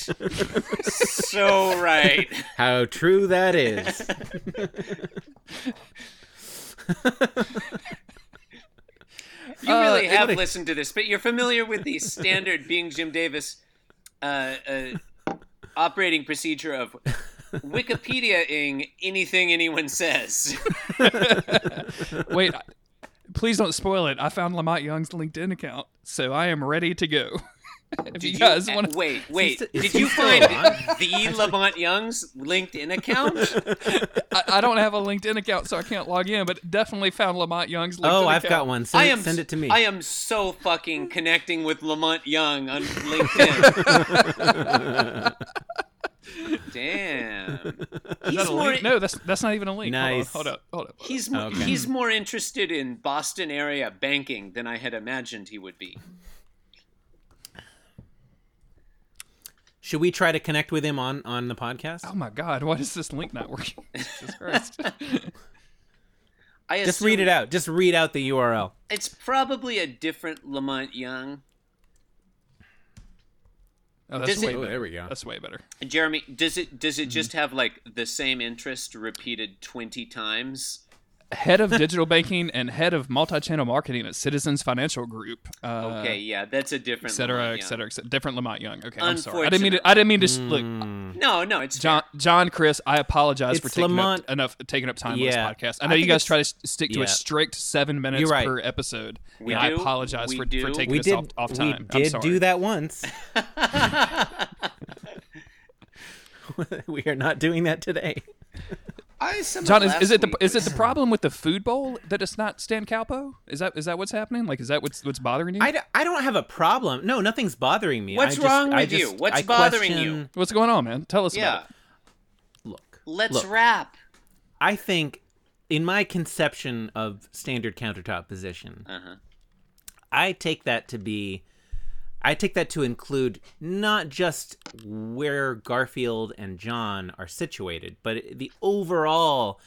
A: so right.
D: How true that is.
A: You
B: Uh,
A: really
B: it
A: have
B: would've-
A: listened to this, but you're familiar with the standard being Jim Davis uh, uh, operating procedure of Wikipedia ing anything anyone says.
B: Wait, I- please don't spoil it. I found Lamont Young's LinkedIn account, so I am ready to go. if you guys
A: uh,
B: want,
A: wait, wait.
D: sti- is
A: Did
D: he
A: you
D: still
A: find
D: alive?
A: the Lamont Young's LinkedIn account?
B: I, I don't have a LinkedIn account, so I can't log in. But definitely found Lamont Young's. LinkedIn
D: oh, I've
B: account.
D: got one. Send,
A: I
D: it-
A: am
D: send it to me.
A: I am so fucking connecting with Lamont Young on LinkedIn. Damn.
B: Is that
A: He's
B: a
A: more,
B: link? No, that's that's not even a link. Hold on,
D: Nice.
B: Hold up, hold up.
A: he's mo-
D: Okay.
A: he's more interested in Boston area banking than I had imagined he would be.
D: Should we try to connect with him on on the podcast?
B: Oh my God, why is this link not working? Jesus Christ.
A: I
D: Just
A: assume
D: read it out. Just read out the URL.
A: It's probably a different Lamont Young.
B: Oh, that's
A: Does it-
B: way better.
D: we go.
B: That's way better.
A: Jeremy, does it does it
B: Mm-hmm.
A: just have like the same interest repeated twenty times?
B: Head of digital banking and head of multi-channel marketing at Citizens Financial Group. Uh,
A: Okay, yeah, that's a different.
B: Et cetera,
A: Lamont
B: et
A: Young.
B: cetera, et cetera. Different Lamont Young. Okay, I'm sorry. I didn't mean to. I didn't mean to. s- Look,
A: No, no, it's
B: John, John, Chris, I apologize for
D: It's
B: taking
D: Lamont-
B: up enough taking up time
D: Yeah.
B: on this podcast. I
D: I
B: know you
D: think
B: guys
D: it's-
B: try to s- stick to a
D: Yeah.
B: strict seven minutes
D: You're right.
B: per episode.
A: We
B: and I
A: do.
B: apologize
A: We
B: for, for
A: do.
B: taking
D: We
B: us
D: did
B: off, off time.
D: We
B: I'm
D: did
B: sorry.
D: do that once. we are not doing that today.
A: I somewhat
B: John, is,
A: last
B: is it the
A: week
B: is it
A: was-
B: the problem with the food bowl that it's not Stan Calpo? Is that is that what's happening? Like, is that what's what's bothering you?
D: I, d- I don't have a problem. No, nothing's bothering me.
A: What's
D: I just-
A: wrong
D: I
A: with you?
D: just-
A: What's
D: I
A: bothering
D: question-
A: you?
B: what's going on, man? Tell us
A: Yeah,
B: about it.
D: Look,
A: let's
D: Look.
A: wrap.
D: I think in my conception of standard countertop position,
A: Uh-huh.
D: I take that to be I take that to include not just where Garfield and John are situated, but it- the overall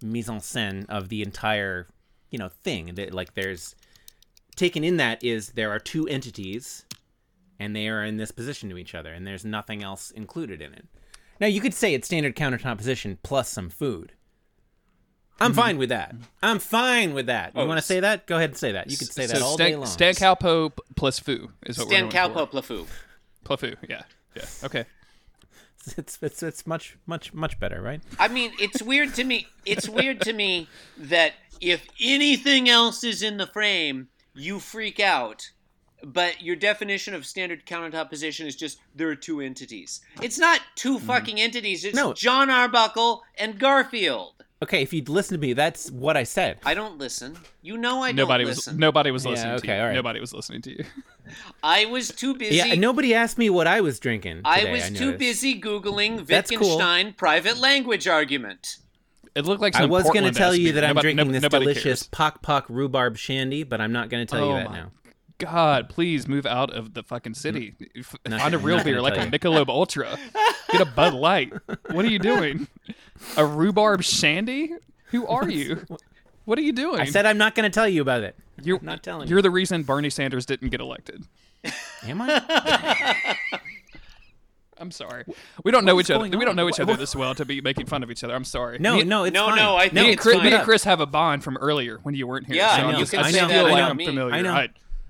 D: mise en scène of the entire, you know, thing. That like there's taken in that is there are two entities and they are in this position to each other and there's nothing else included in it. Now you could say it's standard countertop position plus some food. I'm fine with that. I'm fine with that.
A: Mm-hmm.
D: You
A: Oh,
D: want to
A: s-
D: say that? Go ahead and say that. You could say that
B: so
D: all
B: Stan,
D: day long.
B: Stan Calpo p- plus foo is what
A: Stan
B: we're going
A: Calpo Plafoo.
B: for. Plus foo, yeah, yeah. Okay,
D: it's it's it's much much much better, right?
A: I mean, it's weird to me. It's weird to me that if anything else is in the frame, you freak out. But your definition of standard countertop position is just there are two entities. It's not two fucking entities. It's
D: Mm-hmm. No.
A: John Arbuckle and Garfield.
D: Okay, if you'd listen to me, that's what I said.
A: I don't listen. You know I
B: nobody
A: don't
B: was
A: listen.
B: nobody was listening to
D: okay,
B: you.
D: all right.
B: Nobody was listening to you.
A: I was too busy.
D: yeah, nobody asked me what I was drinking.
A: I
D: today,
A: was too
D: noticed.
A: busy googling
D: That's cool.
A: Wittgenstein private language argument.
B: It looked like
D: I
B: some
D: was
B: going to
D: tell you that I'm
B: nobody,
D: drinking
B: nob-
D: this
B: nobody
D: delicious
B: cares.
D: pock pock rhubarb shandy, but I'm not going to tell
B: Oh
D: you that
B: my
D: now.
B: God, please move out of the fucking city. F-
D: Nothing-
B: Find a real
D: nothing
B: beer
D: to
B: like a
D: tell you.
B: Michelob Ultra. Get a Bud Light. What are you doing? A rhubarb shandy? Who are you? What are you doing?
D: I said I'm not going to tell you about it.
B: you're
D: not telling
B: You're the reason Bernie Sanders didn't get elected.
D: Am I?
B: I'm sorry. We don't know each other.
D: going
B: We
D: on?
B: don't know each
D: What-
B: other this well to be making fun of each other. I'm sorry.
D: No,
B: Me-
D: no, it's
A: no,
D: fine.
A: no, I
B: Me
A: think
B: and Chris,
A: it's
B: me and
A: fine.
B: Chris have a bond from earlier when you weren't here.
A: Yeah,
B: so
A: I
B: I'm
A: know.
B: just-
A: You
B: I
A: can
B: just
A: say
B: feel
A: that
B: like
A: about
B: I'm
A: me.
B: familiar.
D: I know.
B: I-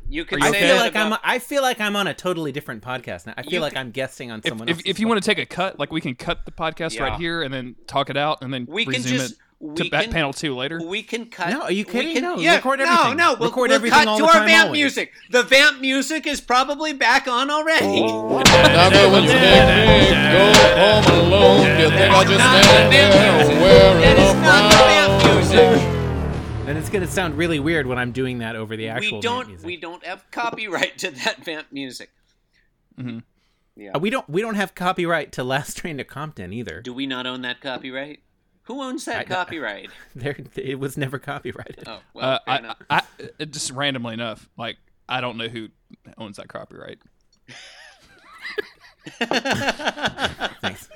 A: You could
D: I
A: say
D: feel
A: that
D: like
A: about-
D: I'm. I feel like I'm on a totally different podcast now. I feel like I'm guessting on someone
B: if,
D: else's
B: if you want to take a cut, like we can cut the podcast
A: Yeah.
B: right here and then talk it out and then
A: We can
B: resume
A: just-
B: it to
A: we
B: back
A: can-
B: panel two later.
A: We can cut.
D: No, are you
A: we
D: kidding?
A: Can,
D: No,
A: yeah,
D: record
A: No,
D: everything.
A: no, we'll,
D: Record
A: we'll
D: everything
A: cut
D: all
A: to
D: the
A: our
D: time,
A: vamp
D: always.
A: music. The vamp music is probably back on already.
C: Never was there, go home alone. You think I just
A: Not
C: stand
A: the vamp
C: there
A: music.
C: wearing
A: That
C: a
A: is not the vamp
C: frown?
A: music.
D: and it's going to sound really weird when I'm doing that over the actual.
A: We
D: band
A: don't.
D: music.
A: We don't have copyright to that vamp music.
D: Uh, we don't. We don't have copyright to Last Train to Compton either.
A: Do we not own that copyright? Who owns that
D: I- uh,
A: copyright?
D: There, it was never copyrighted.
A: Oh, well,
B: Uh,
A: fair
B: I,
A: enough.
B: I, I just randomly enough, like I don't know who owns that copyright.
D: Thanks.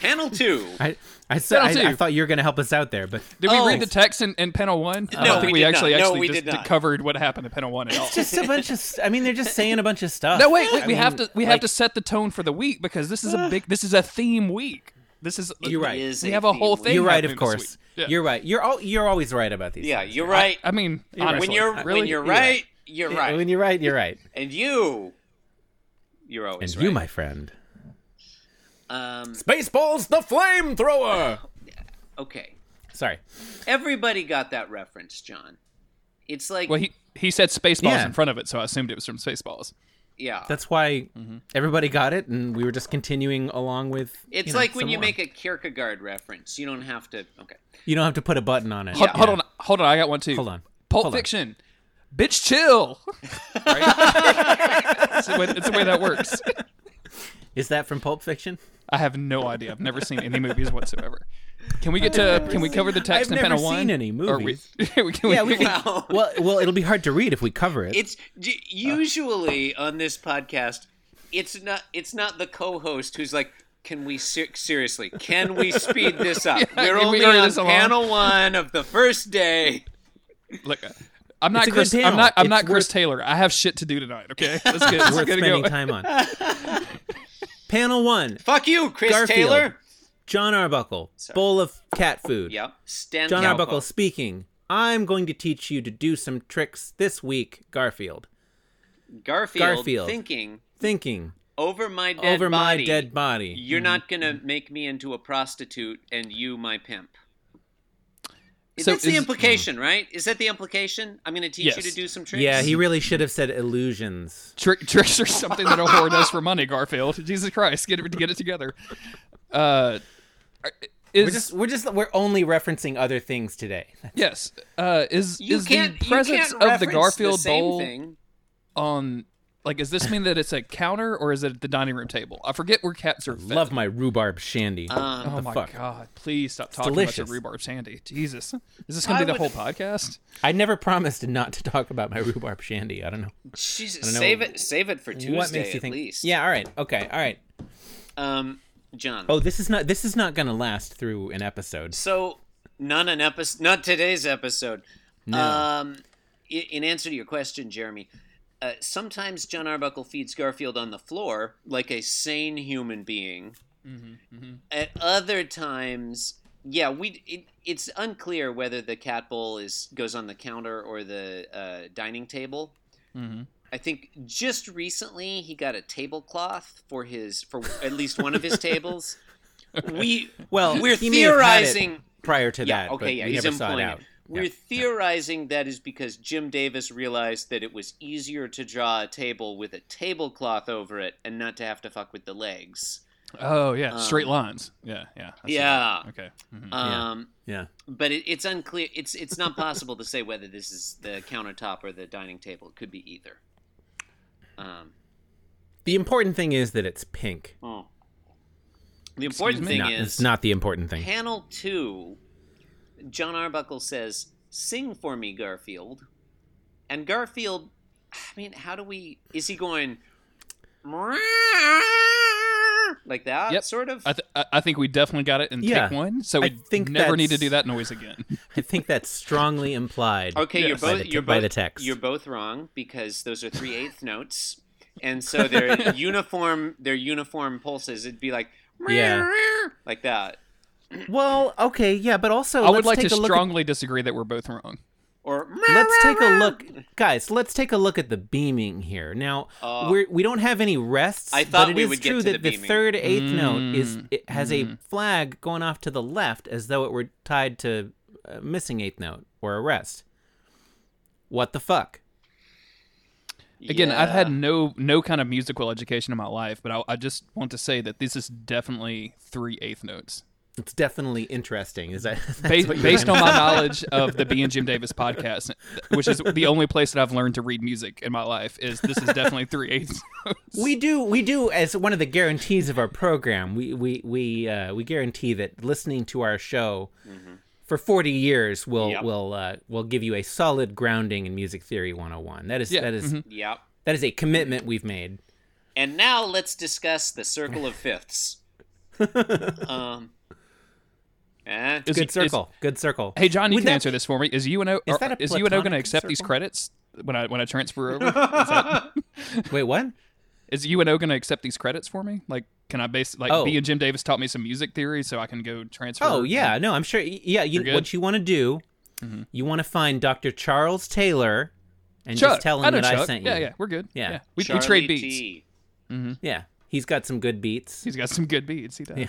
A: Panel two.
D: I I, said,
B: Panel
D: I, I
B: two.
D: thought you were going to help us out there, but
B: Did we
A: Oh.
B: read the text in, in panel one? I
A: No,
B: don't think
A: we
B: we,
A: did
B: actually
A: not. No,
B: actually
A: we
B: just
A: did not.
B: covered what happened in panel one at all.
D: it's just a bunch of. I mean, they're just saying a bunch of stuff.
B: No, wait, wait we
D: I
B: have
D: mean,
B: to we
D: like-
B: have to set the tone for the week because this is a
A: Uh.
B: big this is a theme week. This is
D: You're right.
A: Is
B: We have a
A: theme
B: whole
A: week.
B: thing.
D: You're right,
B: happening
D: of
B: this
D: course.
B: week. Yeah.
D: You're right. You're all. You're always right about these.
A: Yeah,
D: things.
A: you're right.
B: I mean, honestly,
A: when you're
B: really,
A: when you're right, you're right.
D: When you're right, you're right.
A: and you, you're
D: And
A: always
D: you,
A: right.
D: my friend.
A: um,
D: Baseball's the flamethrower.
A: okay,
D: Sorry.
A: everybody got that reference, John. It's like
B: well, he he said Spaceballs
D: Yeah.
B: in front of it, so I assumed it was from Spaceballs.
A: yeah,
D: That's why everybody got it, and we were just continuing along with.
A: it's
D: know,
A: like when
D: some
A: you
D: more.
A: make a Kierkegaard reference, you don't have to. Okay,
D: You don't have to put a button on it.
B: Hold, hold on, hold on, I got one too.
D: Hold on.
B: Pulp
D: Hold on.
B: Fiction, bitch, chill. Right? it's, the way, it's the way that works.
D: Is that from Pulp Fiction?
B: I have no idea. I've never seen any movies whatsoever. Can we get to? Can we cover the text
D: I've
B: in
D: never
B: panel one?
D: seen any
B: Or we-
D: movies.
B: can we-
D: Yeah, we can.
A: Wow.
D: Well, well, it'll be hard to read if we cover it.
A: Oh, it's
D: Oh.
A: d- usually on this podcast, it's not it's not the co-host who's like. Can we ser- seriously? Can we speed this up?
B: can
A: We're
B: we
A: only
B: hurry
A: on
B: this along?
A: panel one of the first day.
B: Look, I'm not
D: a good
B: Chris. I'm
D: panel.
B: not. I'm
D: It's
B: not Chris
D: worth-
B: Taylor. I have shit to do tonight. Okay, let's get. Let's
D: worth
B: get it going.
D: spending time on. Panel one:
A: Fuck you, Chris
D: Garfield.
A: Taylor.
D: John Arbuckle, bowl of cat food.
A: Yep. Stan
D: John
A: Galpo.
D: Arbuckle speaking. I'm going to teach you to do some tricks this week, Garfield.
A: Garfield,
D: Garfield.
A: thinking
D: Thinking
A: over my dead
D: over
A: body,
D: my dead body.
A: You're not gonna make me into a prostitute and you my pimp. Is
B: So
A: that the
B: is-
A: implication, right? Is that the implication? I'm gonna teach you
B: Yes.
A: to do some tricks.
D: Yeah, he really should have said illusions.
B: Trick, tricks are something that'll hoard us for money, Garfield. Jesus Christ, get it, get it together. Uh, is
D: We're just we're just we're only referencing other things today.
B: yes. Uh, is
A: you
B: is the
A: can't, you
B: presence
A: can't
B: of
A: reference
B: the Garfield
A: same
B: bowl
A: Thing.
B: on like? Does this mean that it's a counter or is it at the dining room table? I forget where cats are. Fed.
D: Love my rhubarb shandy.
A: Um,
B: Oh my
D: fuck?
B: god! Please stop talking about your
D: delicious.
B: rhubarb sandy. Jesus, is this gonna
A: I
B: be the
A: would-
B: whole podcast?
D: I never promised not to talk about my rhubarb shandy. I don't know
A: Jesus,
D: know
A: save it, save it for Tuesday
D: what makes you
A: at
D: think.
A: least.
D: Yeah, all right, okay, all right.
A: Um, John.
D: Oh, this is not this is not gonna last through an episode.
A: So not an episode, not today's episode. Um, i- in answer to your question, Jeremy, uh, sometimes John Arbuckle feeds Garfield on the floor like a sane human being.
D: Mm-hmm,
A: At other times, yeah, we it, it's unclear whether the cat bowl is goes on the counter or the uh, dining table.
D: Mm-hmm.
B: Mhm.
A: I think just recently he got a tablecloth for his for at least one of his tables. We
D: Well,
A: we're
D: he may have had it
A: theorizing
D: prior to
A: yeah,
D: that.
A: okay,
D: but
A: yeah,
D: we
A: he's
D: never saw it
A: employing
D: out.
A: it. We're theorizing that is because Jim Davis realized that it was easier to draw a table with a tablecloth over it and not to have to fuck with the legs.
B: Oh yeah, straight
A: Um,
B: lines. Yeah, yeah, I see
A: yeah.
B: that. Okay. mhm.
D: Yeah.
A: Um,
D: Yeah.
A: but it, it's unclear. It's it's not possible to say whether this is the countertop or the dining table. It could be either. Um,
D: The important thing is that it's pink.
A: oh. The important
B: me?
A: thing
D: Not,
A: is
D: it's not the important thing.
A: panel two, John Arbuckle says, "Sing for me, Garfield," and Garfield. I mean, how do we? Is he going like that?
B: Yep.
A: Sort of.
B: I, th- I- I think we definitely got it in
D: Yeah.
B: take one, so
D: I
B: we
D: think
B: never need to
D: that's-
B: do that noise again.
D: I think that's strongly implied.
A: okay, you're
B: Yes.
A: both
D: By the te-
A: you're
D: by
A: both,
D: the text.
A: You're both wrong because those are three eighth notes, and so their uniform their uniform pulses. It'd be like
D: Yeah.
A: like that.
D: Well, okay, yeah, but also
B: I would
D: let's
B: like to
D: take a look at-
B: strongly disagree that we're both wrong.
A: Or
D: let's take a look, guys. Let's take a look at the beaming here. Now
A: Oh.
D: we're- we don't have any rests.
A: I thought
D: but it
A: we
D: is
A: would get
D: true
A: to
D: that
A: the
D: the,
A: beaming.
D: third eighth
B: Mm.
D: note is it has
B: Mm-hmm.
D: a flag going off to the left as though it were tied to a missing eighth note or a rest. What the fuck?
B: Again, I've
A: Yeah.
B: had no no kind of musical education in my life, but I, I just want to say that this is definitely three eighth notes.
D: It's definitely interesting. Is that
B: Based, based on my knowledge of the B and Jim Davis podcast, which is the only place that I've learned to read music in my life, is this is definitely three eighths.
D: We do we do as one of the guarantees of our program. We we we uh, we guarantee that listening to our show
B: Mm-hmm.
D: for 40 years will
A: Yep.
D: will uh, will give you a solid grounding in music theory 101. That is
B: Yeah, mm-hmm.
D: that is-
A: Yep.
D: that is a commitment we've made.
A: And now let's discuss the circle of fifths. Um, eh,
B: Is-
D: Good circle. Good circle.
B: Hey John, you
D: Would
B: can
D: that-
B: answer this for me. Is UNO
D: Is
B: are-
D: that a
B: is UNO going to
D: platonic
B: accept these
D: circle?
B: credits when I when I transfer over? Is, that,
D: Wait, what?
B: is UNO going to accept these credits for me? Like, can I base like
D: Oh.
B: B and Jim Davis taught me some music theory, so I can go transfer?
D: Oh yeah, no, I'm sure. y- Yeah, you,
B: You're good? Mm-hmm.
D: what you want to do, you want to find Dr. Charles Taylor, and
B: Chuck,
D: just tell him
B: I know
D: that
B: Chuck.
D: I sent you.
B: Yeah, yeah, we're good.
D: Yeah.
B: we, we
A: Charlie
B: trade beats.
A: T.
D: Yeah, He's got some good beats.
B: He's got some good beats. He does.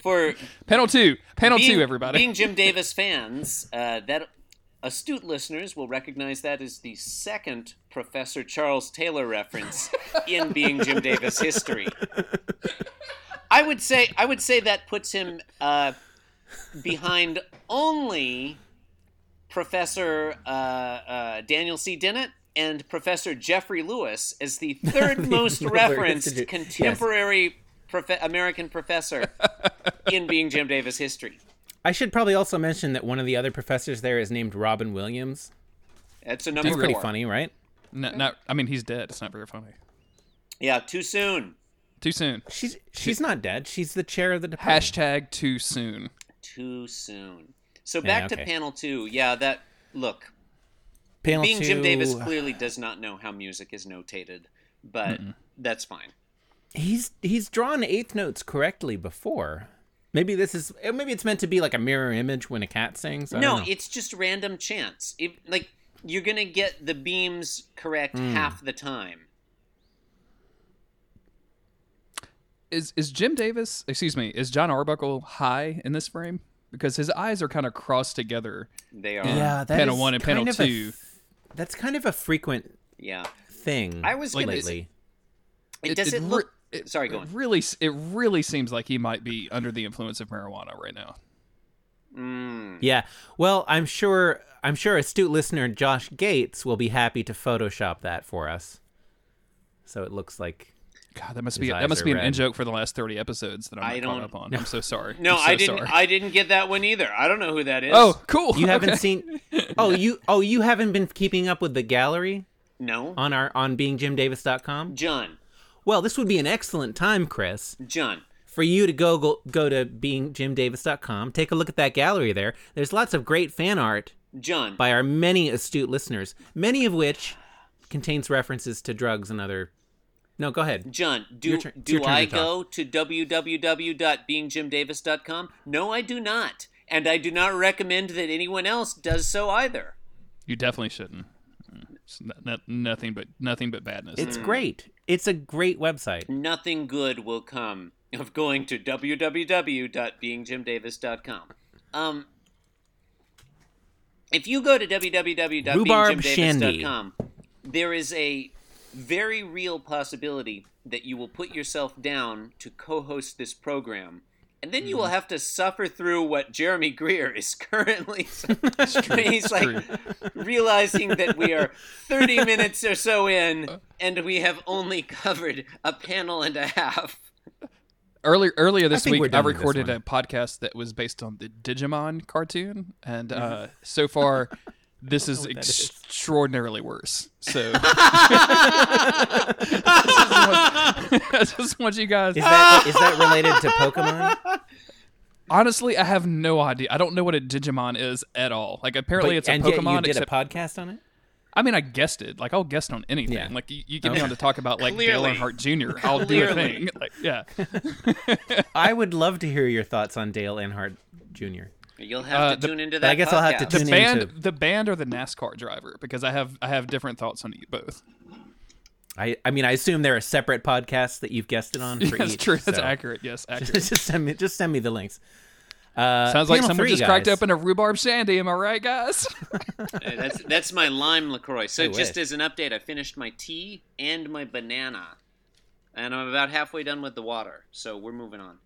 A: For
B: Panel two, panel
A: being,
B: two, everybody.
A: being Jim Davis fans, uh, that astute listeners will recognize that as the second Professor Charles Taylor reference in Being Jim Davis history. I would say I would say that puts him uh, behind only Professor uh, uh, Daniel C. Dennett. And Professor Jeffrey Lewis as the third most referenced
D: Yes.
A: contemporary profe- American professor in Being Jim Davis history.
D: I should probably also mention that one of the other professors there is named Robin
A: Oh,
D: Williams.
A: That's a number
D: That's pretty
A: four.
D: funny, right?
B: No, not, I mean, he's dead. It's not very funny.
A: Yeah, too soon.
B: Too soon.
D: She's she's not dead. She's the chair of the department.
B: Hashtag too soon.
A: Too soon. So
D: Yeah,
A: back to
D: okay.
A: panel two. Yeah, that look.
D: Panel
A: Being Jim
D: two,
A: Davis clearly does not know how music is notated, but that's fine.
D: He's he's drawn eighth notes correctly before. Maybe this is eh, maybe it's meant to be like a mirror image when a cat sings. I don't
A: No,
D: know.
A: it's just random chance. It, like you're gonna get the beams correct half the time.
B: Is is Jim Davis? Excuse me. Is John Arbuckle high in this frame? Because his eyes are kind of crossed together.
A: They are. Yeah.
D: yeah, that
B: panel
D: is
B: one and panel
D: kind of a-
B: two.
D: that's kind of a frequent thing.
A: I was gonna
D: lately.
A: It, does it
B: re-
A: look? sorry, go on.
B: It really, s- it really seems like he might be under the influence of marijuana right now.
A: Hmm.
D: Yeah. Well, I'm sure I'm sure astute listener Josh Gates will be happy to Photoshop that for us. So it looks like
B: God, that must be
D: His
B: that
D: eyes
B: must
D: are
B: be an
D: red.
B: in joke for the last thirty episodes that I'm not
A: I
B: caught
A: don't-
B: up on. I'm so sorry.
A: No,
B: I'm so
A: I didn't.
B: Sorry.
A: I didn't get that one either. I don't know who that is.
B: oh, cool.
D: you haven't
B: Okay.
D: seen. Oh, you oh you haven't been keeping up with the gallery
A: no,
D: on our on beingjimdavis.com.
A: John.
D: Well, this would be an excellent time, Chris,
A: John.
D: for you to go go, go to beingjimdavis.com. Take a look at that gallery there. There's lots of great fan art
A: John.
D: by our many astute listeners, many of which contains references to drugs and other. No, go ahead.
A: John, do
D: Your turn- it's
A: do
D: your turn
A: I
D: to
A: go to www.beingjimdavis.com? No, I do not, and I do not recommend that anyone else does so either.
B: You definitely shouldn't. It's no- no- nothing but nothing but badness.
D: It's great. It's a great website.
A: Nothing good will come of going to www.beingjimdavis.com. Um, if you go to
D: Rhubarb shandy.
A: www.beingjimdavis.com, there is a very real possibility that you will put yourself down to co-host this program. And then you
D: Hmm.
A: will have to suffer through what Jeremy Greer is currently. he's like
B: true.
A: realizing that we are 30 minutes or so in, and we have only covered a panel and a half.
B: earlier earlier this
D: think we're
B: week I
D: done with this
B: recorded
D: one.
B: a podcast that was based on the Digimon cartoon, and uh,
D: Mm-hmm.
B: so far this is extraordinarily worse. So I just want you guys.
D: Is that is that related to Pokemon?
B: Honestly, I have no idea. I don't know what a Digimon is at all. Like apparently it's a
D: and
B: Pokemon.
D: yet you did
B: except,
D: a podcast on it.
B: I mean, I guessed it. Like I'll guess on anything.
D: Yeah.
B: Like you, you get me on to talk about like Dale
A: Clearly.
B: Earnhardt Jr. I'll do a thing. Like yeah.
D: I would love to hear your thoughts on Dale Earnhardt Jr.
A: You'll have
B: Uh,
A: to
B: the-
A: tune into that.
D: I guess I'll have to
A: podcast.
B: the
D: Tune in
B: band,
D: to-
B: the band, or the NASCAR driver, because I have I have different thoughts on you both.
D: I, I mean, I assume there are separate podcasts that you've guested on. For
B: That's
D: each,
B: true. That's
D: so-
B: accurate. Yes, accurate.
D: just send me, just send me the links. Uh,
B: Sounds like
D: panel
B: someone
D: three,
B: just cracked
D: guys.
B: open a rhubarb shandy. Am I right, guys?
A: Uh, that's that's my lime Lacroix. So
D: I
A: just
D: wish.
A: as an update, I finished my tea and my banana, and I'm about halfway done with the water. So we're moving on.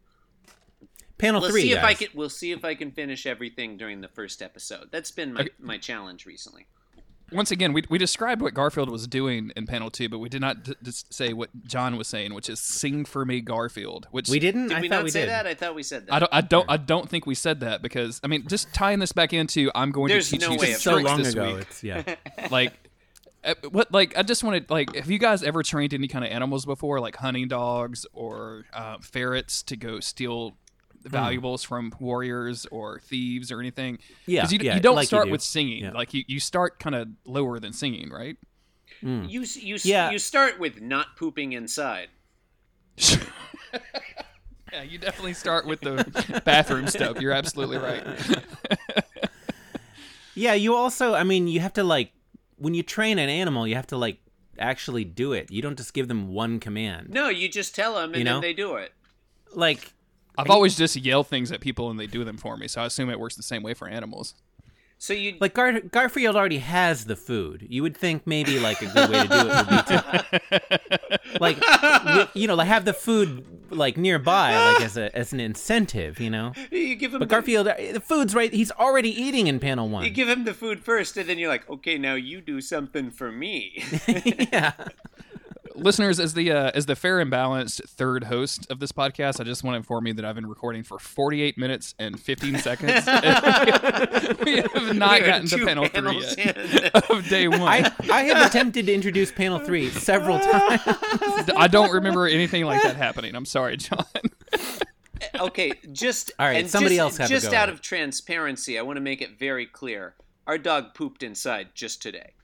D: Panel
A: We'll
D: Oh, three.
A: see if I
D: guys.
A: can. We'll see if I can finish everything during the first episode. That's been my,
B: Okay.
A: my challenge recently.
B: Once again, we, we described what Garfield was doing in panel two, but we did not d- just say what John was saying, which is "Sing for me, Garfield." Which
D: We didn't.
A: Did
D: I
A: we
D: thought
A: not
D: we
A: say
D: did.
A: that? I thought we said that.
B: I don't, I don't, I don't think we said that because I mean, just tying this back into I'm going
A: There's
B: to teach
A: no
B: you
A: way
B: some
A: of
D: so
B: tricks
D: long
B: this
D: ago.
B: week.
D: It's yeah.
B: Like, Uh, What like I just wanted like have you guys ever trained any kind of animals before like hunting dogs or uh, ferrets to go steal valuables from warriors or thieves or anything?
D: Hmm. Yeah,
B: 'Cause you,
D: yeah,
B: you don't
D: like you
B: start
D: do.
B: with singing.
D: Yeah.
B: Like you, you start kind of lower than singing, right?
A: You s- you s-
D: Yeah.
A: you start with not pooping inside.
B: yeah, you definitely start with the bathroom stuff. You're absolutely right.
D: Yeah, you also, I mean, you have to like when you train an animal, you have to like actually do it. You don't just give them one command.
A: No, you just tell them and
D: You know?
A: then they do it.
D: Like
B: I've always just yell things at people and they do them for me. So I assume it works the same way for animals.
A: So you
D: like Gar- Garfield already has the food. You would think maybe like a good way to do it would be to like wi- you know, like have the food like nearby like as a as an incentive, you know.
A: you give them
D: But Garfield uh, the food's right he's already eating in panel 1.
A: You give him the food first, and then you're like, okay, now you do something for me.
D: yeah.
B: Listeners, as the uh, as the fair and balanced third host of this podcast, I just want to inform you that I've been recording for 48 minutes and 15 seconds. we have not
A: You're
B: gotten to
A: two
B: panel three
A: panels
B: yet
A: in.
B: of day one.
D: I
B: I,
D: I have attempted to introduce panel 3 several times.
B: don't remember anything like that happening. I'm sorry, John.
A: okay, just
D: All right,
A: and
D: somebody
A: just,
D: else have a
A: just
D: go
A: out
D: at it.
A: of transparency, I want to make it very clear. Our dog pooped inside just today.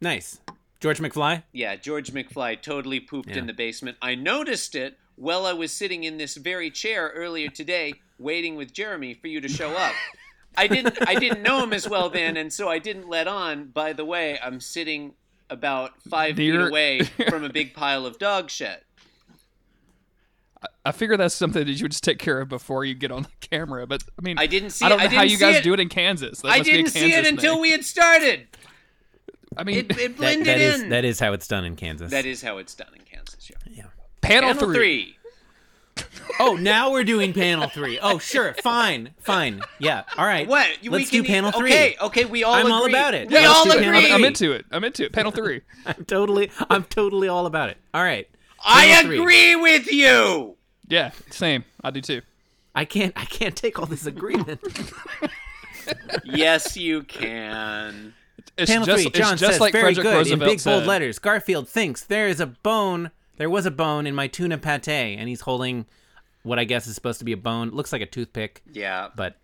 D: Nice. George McFly?
A: Yeah, George McFly totally pooped
D: Yeah.
A: in the basement. I noticed it while I was sitting in this very chair earlier today, waiting with Jeremy for you to show up. I didn't I didn't know him as well then, and so I didn't let on. By the way, I'm sitting about five
B: Dear-
A: feet away from a big pile of dog shit.
B: I figure that's something that you would just take care of before you get on the camera. But I mean,
A: I didn't see it.
B: I don't know
A: I
B: how
A: didn't
B: you
A: see
B: guys
A: it.
B: do it in Kansas. That
A: I
B: must be a
A: didn't see it
B: Kansas
A: until
B: thing.
A: we had started.
B: I mean,
A: It, it
D: That,
A: blended
D: that
A: in.
D: is that is how it's done in Kansas.
A: that is how it's done in Kansas. Yeah.
B: panel,
A: Panel
B: three.
A: three.
D: Oh, now we're doing panel three. Oh, sure, fine, fine, yeah, all right.
A: What? We
D: Let's
A: can
D: do
A: e-
D: panel three.
A: Okay, okay, we all
D: I'm all
A: agree.
D: about it.
A: We
D: Yeah, let's
A: all
D: do panel
A: agree.
D: three.
B: I'm, I'm into it. I'm into it. Panel three.
D: I'm totally, I'm totally all about it. All right.
A: I
D: Panel three.
A: agree with you.
B: Yeah, same. I do too.
D: I can't, I can't take all this agreement.
A: yes, you can.
B: It's
D: panel
B: just,
D: three.
B: it's
D: John
B: just
D: says
B: like
D: very
B: Frederick uh,
D: good
B: Roosevelt
D: in big
B: said.
D: bold letters. Garfield thinks there is a bone. There was a bone in my tuna pate, and he's holding what I guess is supposed to be a bone. It looks like a toothpick,
A: Yeah.
D: but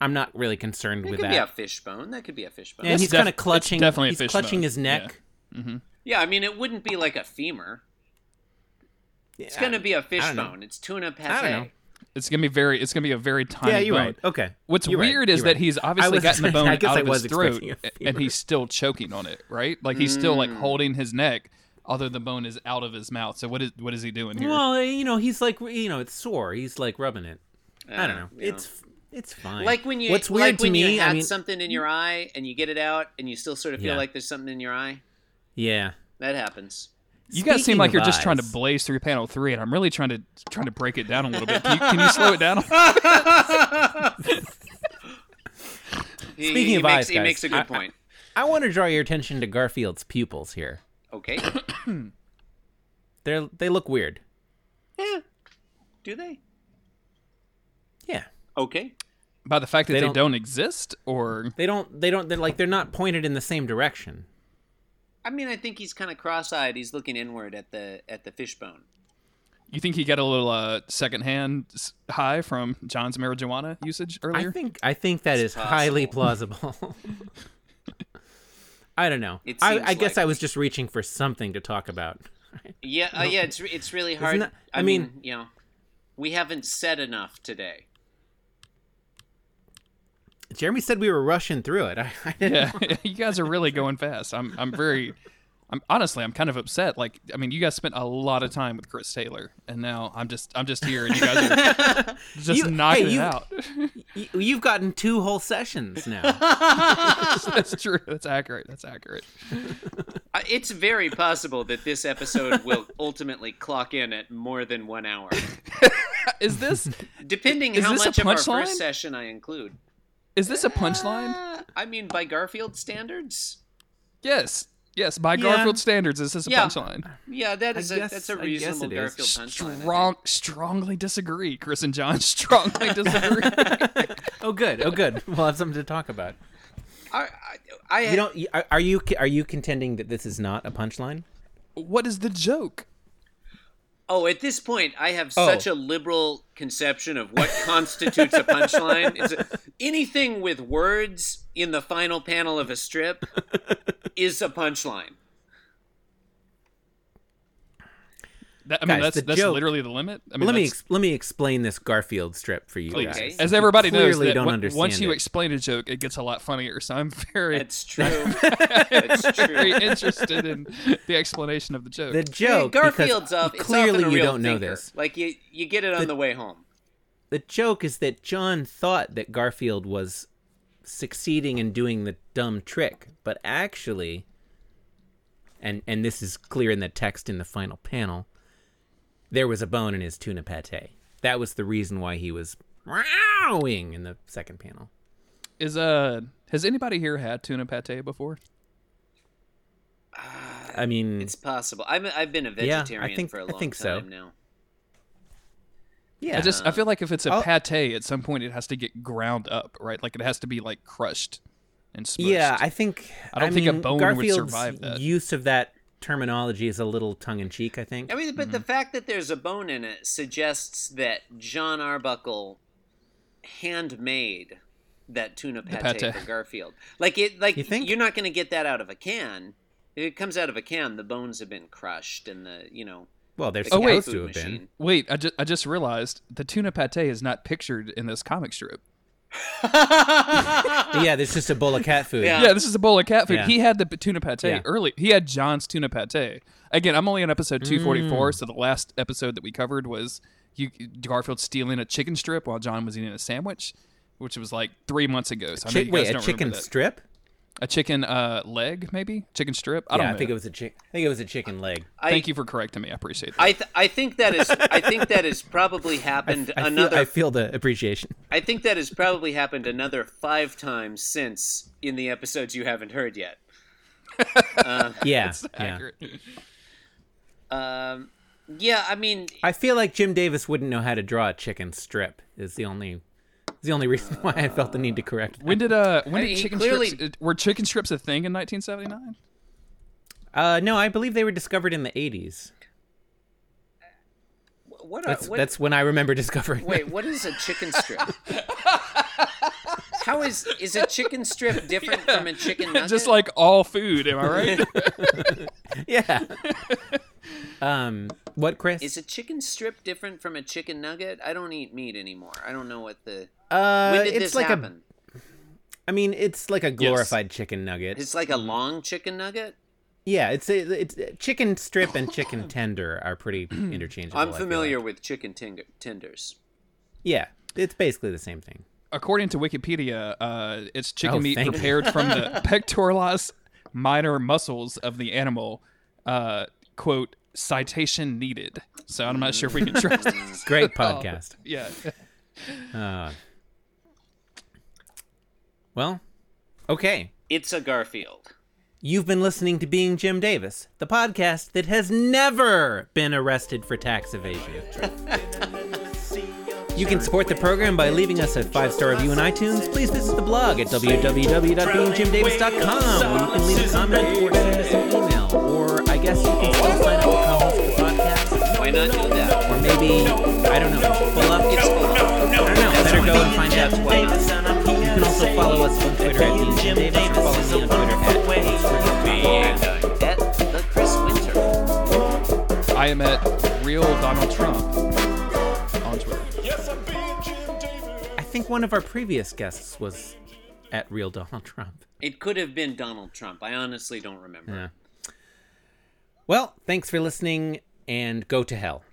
D: I'm not really concerned
A: That
D: with
A: could
D: that.
A: be a fishbone. That could be a fishbone.
D: and
A: Yeah.
B: It's
D: he's
B: def-
D: kind of
B: it's
D: clutching.
B: definitely a
D: he's
B: fish
D: clutching
B: bone,
D: his neck.
A: I mean, it wouldn't be like a femur. It's going to be a fishbone. It's tuna pate.
D: I don't know.
B: It's gonna be very. It's gonna be a very tiny.
D: Yeah, you're
B: bone.
D: right. Okay.
B: What's
D: You're right.
B: weird is
D: You're
B: that
D: right.
B: he's
D: I
B: obviously
D: was
B: gotten the
D: expecting-
B: bone
D: I guess
B: out
D: I
B: of
D: was
B: his throat,
D: expecting a Mm.
B: and
D: femur.
B: he's still choking on it, right? Like he's still like holding his neck, although the bone is out of his mouth. So what is what is he doing here?
D: Well, eh, you know, he's like, you know, it's sore. He's like rubbing it. I don't know. It's it's fine.
A: Like when you
D: What's weird
A: like
D: to
A: when
D: me?
A: you had
D: I mean,
A: something in your eye and you get it out and you still sort of feel
D: Yeah.
A: like there's something in your eye.
D: yeah.
A: That happens.
B: you guys seem
D: Speaking
B: like you're
D: of
B: just trying to
D: eyes.
B: blaze through panel three, and I'm really trying to trying to break it down a little bit. Can you, can you slow it down?
A: He,
D: Speaking
A: he
D: of
A: makes,
D: eyes,
A: he
D: guys,
A: makes a
D: I-
A: good
D: I-
A: point.
D: I want to draw your attention to Garfield's pupils here.
A: Okay.
D: They're they look weird.
A: yeah. Do they?
D: Yeah.
A: Okay.
B: By the fact that
D: They
B: they,
D: don't-
B: don't, exist, or
D: They don't they don't they're like they're not pointed in the same direction.
A: I mean, I think he's kind of cross-eyed. He's looking inward at the at the fishbone.
B: you think he got a little uh, secondhand s- high from John's marijuana usage earlier?
D: I think I think that is highly plausible. I don't know.
A: It
D: I,
A: seems
D: I guess I
A: likely.
D: was just reaching for something to talk about.
A: Yeah, uh, yeah. It's re- it's really hard.
D: that-
A: I,
D: I
A: mean,
D: mean-
A: you know, we haven't said enough today.
D: Jeremy said we were rushing through it. I, I didn't
B: yeah, you guys are really going fast. I'm I'm very I'm honestly I'm kind of upset. Like I mean, you guys spent a lot of time with Chris Taylor and now I'm just I'm just here and you guys are just
D: You-
B: knocking
D: hey, you-
B: it out.
D: Y- You've gotten two whole sessions now.
B: That's true. That's accurate. That's accurate.
A: Uh, It's very possible that this episode will ultimately clock in at more than one hour,
B: Uh, Is this
A: depending
B: Is
A: how
B: this a
A: much of our
B: punchline?
A: first session I include.
B: is this a punchline?
A: Uh, I mean, by Garfield standards,
B: Yes. Yes, by
D: Yeah.
B: Garfield standards, is this a
A: Yeah.
B: punchline?
A: yeah, that
D: I
A: is
D: guess-
A: a that's a
D: I guess
A: reasonable
D: it is.
A: Garfield punchline. I think.
B: Strong, strongly disagree. Chris and John strongly disagree.
D: oh, good. Oh, good. We'll have something to talk about.
A: I, I, I
D: You don't. you- Are are you are you contending that this is not a punchline?
B: What is the joke?
A: Oh, at this point, I have such
D: Oh.
A: a liberal conception of what constitutes a punchline. It's a- anything with words in the final panel of a strip is a punchline.
B: That, I mean,
D: Guys,
B: that's
D: the
B: that's
D: joke-
B: literally the limit. I mean,
D: let me
B: that's-
D: ex- let me explain this Garfield strip for you guys.
A: Okay.
B: as everybody knows,
D: clearly
B: that
D: don't
B: when-
D: understand
B: once you
D: it.
B: explain a joke, it gets a lot funnier. So I'm very,
A: That's true. That's
B: very
A: true.
B: interested in the explanation of the joke.
D: The
A: I mean,
D: joke because
A: Garfield's up. It's
D: clearly
A: often a
D: you
A: real
D: don't know
A: thinker.
D: this.
A: Like you, you get it on the, way home.
D: The joke is that John thought that Garfield was succeeding in doing the dumb trick, but actually and and this is clear in the text in the final panel, there was a bone in his tuna pate. That was the reason why he was wowing in the second panel.
B: Is uh, has anybody here had tuna pate before?
D: I mean,
A: It's possible. I'm, I've been a
D: Yeah, I
A: vegetarian
D: think-
A: for a
D: I
A: long
D: think so.
A: time now.
D: yeah.
B: I just I feel like if it's a
D: I'll-
B: pate, at some point it has to get ground up, right? Like it has to be like crushed and smushed.
D: Yeah, I think
B: I don't think a
D: mean,
B: bone would
D: Garfield's
B: survive that.
D: Use of that terminology is a little tongue in cheek. I think.
A: I mean, but the fact that there's a bone in it suggests that John Arbuckle handmade that tuna pate,
B: pate.
A: for Garfield. Like it, like
D: You think?
A: are not going to get that out of a can. If it comes out of a can, the bones have been crushed, and the you know
D: well, they're
A: the
B: Oh, wait.
A: cat
D: supposed
A: food
D: to have
A: machine.
D: been.
B: Wait, I just I just realized the tuna pate is not pictured in this comic strip.
D: yeah, there's just a bowl of cat food.
A: Yeah.
B: Yeah, this is a bowl of cat food.
D: Yeah.
B: He had the p- tuna pate
D: Yeah.
B: early. He had John's tuna pate. Again, I'm only on episode 244,
D: Mm.
B: so the last episode that we covered was you Garfield stealing a chicken strip while John was eating a sandwich, which was like three months ago. So I know
D: Chi-
B: you guys
D: wait,
B: don't
D: a chicken
B: remember that.
D: strip?
B: a chicken uh, leg, maybe chicken strip. I
D: yeah,
B: don't know.
D: I think it was a chick. I think it was a chicken leg.
A: I,
B: Thank you for correcting me. I appreciate that.
A: I, th- I think that is I think that has probably happened
D: I,
A: another
D: feel, I feel the appreciation.
A: I think that has probably happened another five times since in the episodes you haven't heard yet.
D: Yeah, yeah.
B: Accurate.
A: Um, yeah, I mean,
D: I feel like Jim Davis wouldn't know how to draw a chicken strip. Is the only is the only reason why I felt the need to correct. that.
B: When did uh when
A: I-
B: did
A: he
B: chicken
A: clearly-
B: strips uh, were chicken strips a thing in 1979?
D: Uh, no, I believe they were discovered in the 80s.
A: what? Are,
B: Uh,
D: That's
A: what
D: that's when I remember discovering.
A: wait, what is a chicken strip? How is is a chicken strip different from a chicken nugget?
B: Just like all food, am I right?
D: yeah. um, what, Chris?
A: is a chicken strip different from a chicken nugget? I don't eat meat anymore. I don't know what the
D: Uh,
A: when did
D: it's
A: this
D: like
A: happen?
D: a. I mean, it's like a glorified chicken nugget.
A: It's like a long chicken nugget.
D: yeah, it's a, it's uh, chicken strip and chicken tender are pretty interchangeable. Oh, I
A: I'm
D: feel
A: familiar
D: like.
A: with chicken tinger- tenders.
D: Yeah, it's basically the same thing.
B: According to Wikipedia, uh, it's chicken
D: Oh,
B: meat
D: thank you.
B: prepared from the pectoralis minor muscles of the animal. Uh, quote citation needed. So I'm not sure if we can trust. this.
D: Great
A: Oh.
D: podcast.
B: yeah,
D: Uh, well, okay.
A: It's a Garfield.
D: You've been listening to Being Jim Davis, the podcast that has never been arrested for tax evasion. You can support the program by leaving us a five star review on iTunes. Please visit the blog at www.beingjimdavis.com where you can leave a comment or send us an email. Or I guess you can still sign up to come host the podcast.
A: Why not do that?
D: Or maybe, I don't know, pull up. It's, I don't know, better go and find out.
A: Why not?
D: You can also follow us on Twitter at Being Jim Davis or follow me on Twitter at
A: At the Chris Winter.
B: I am at real Donald Trump on Twitter.
D: I think one of our previous guests was at Real Donald Trump.
A: It could have been Donald Trump. I honestly don't remember.
D: Yeah. Well, thanks for listening and go to hell.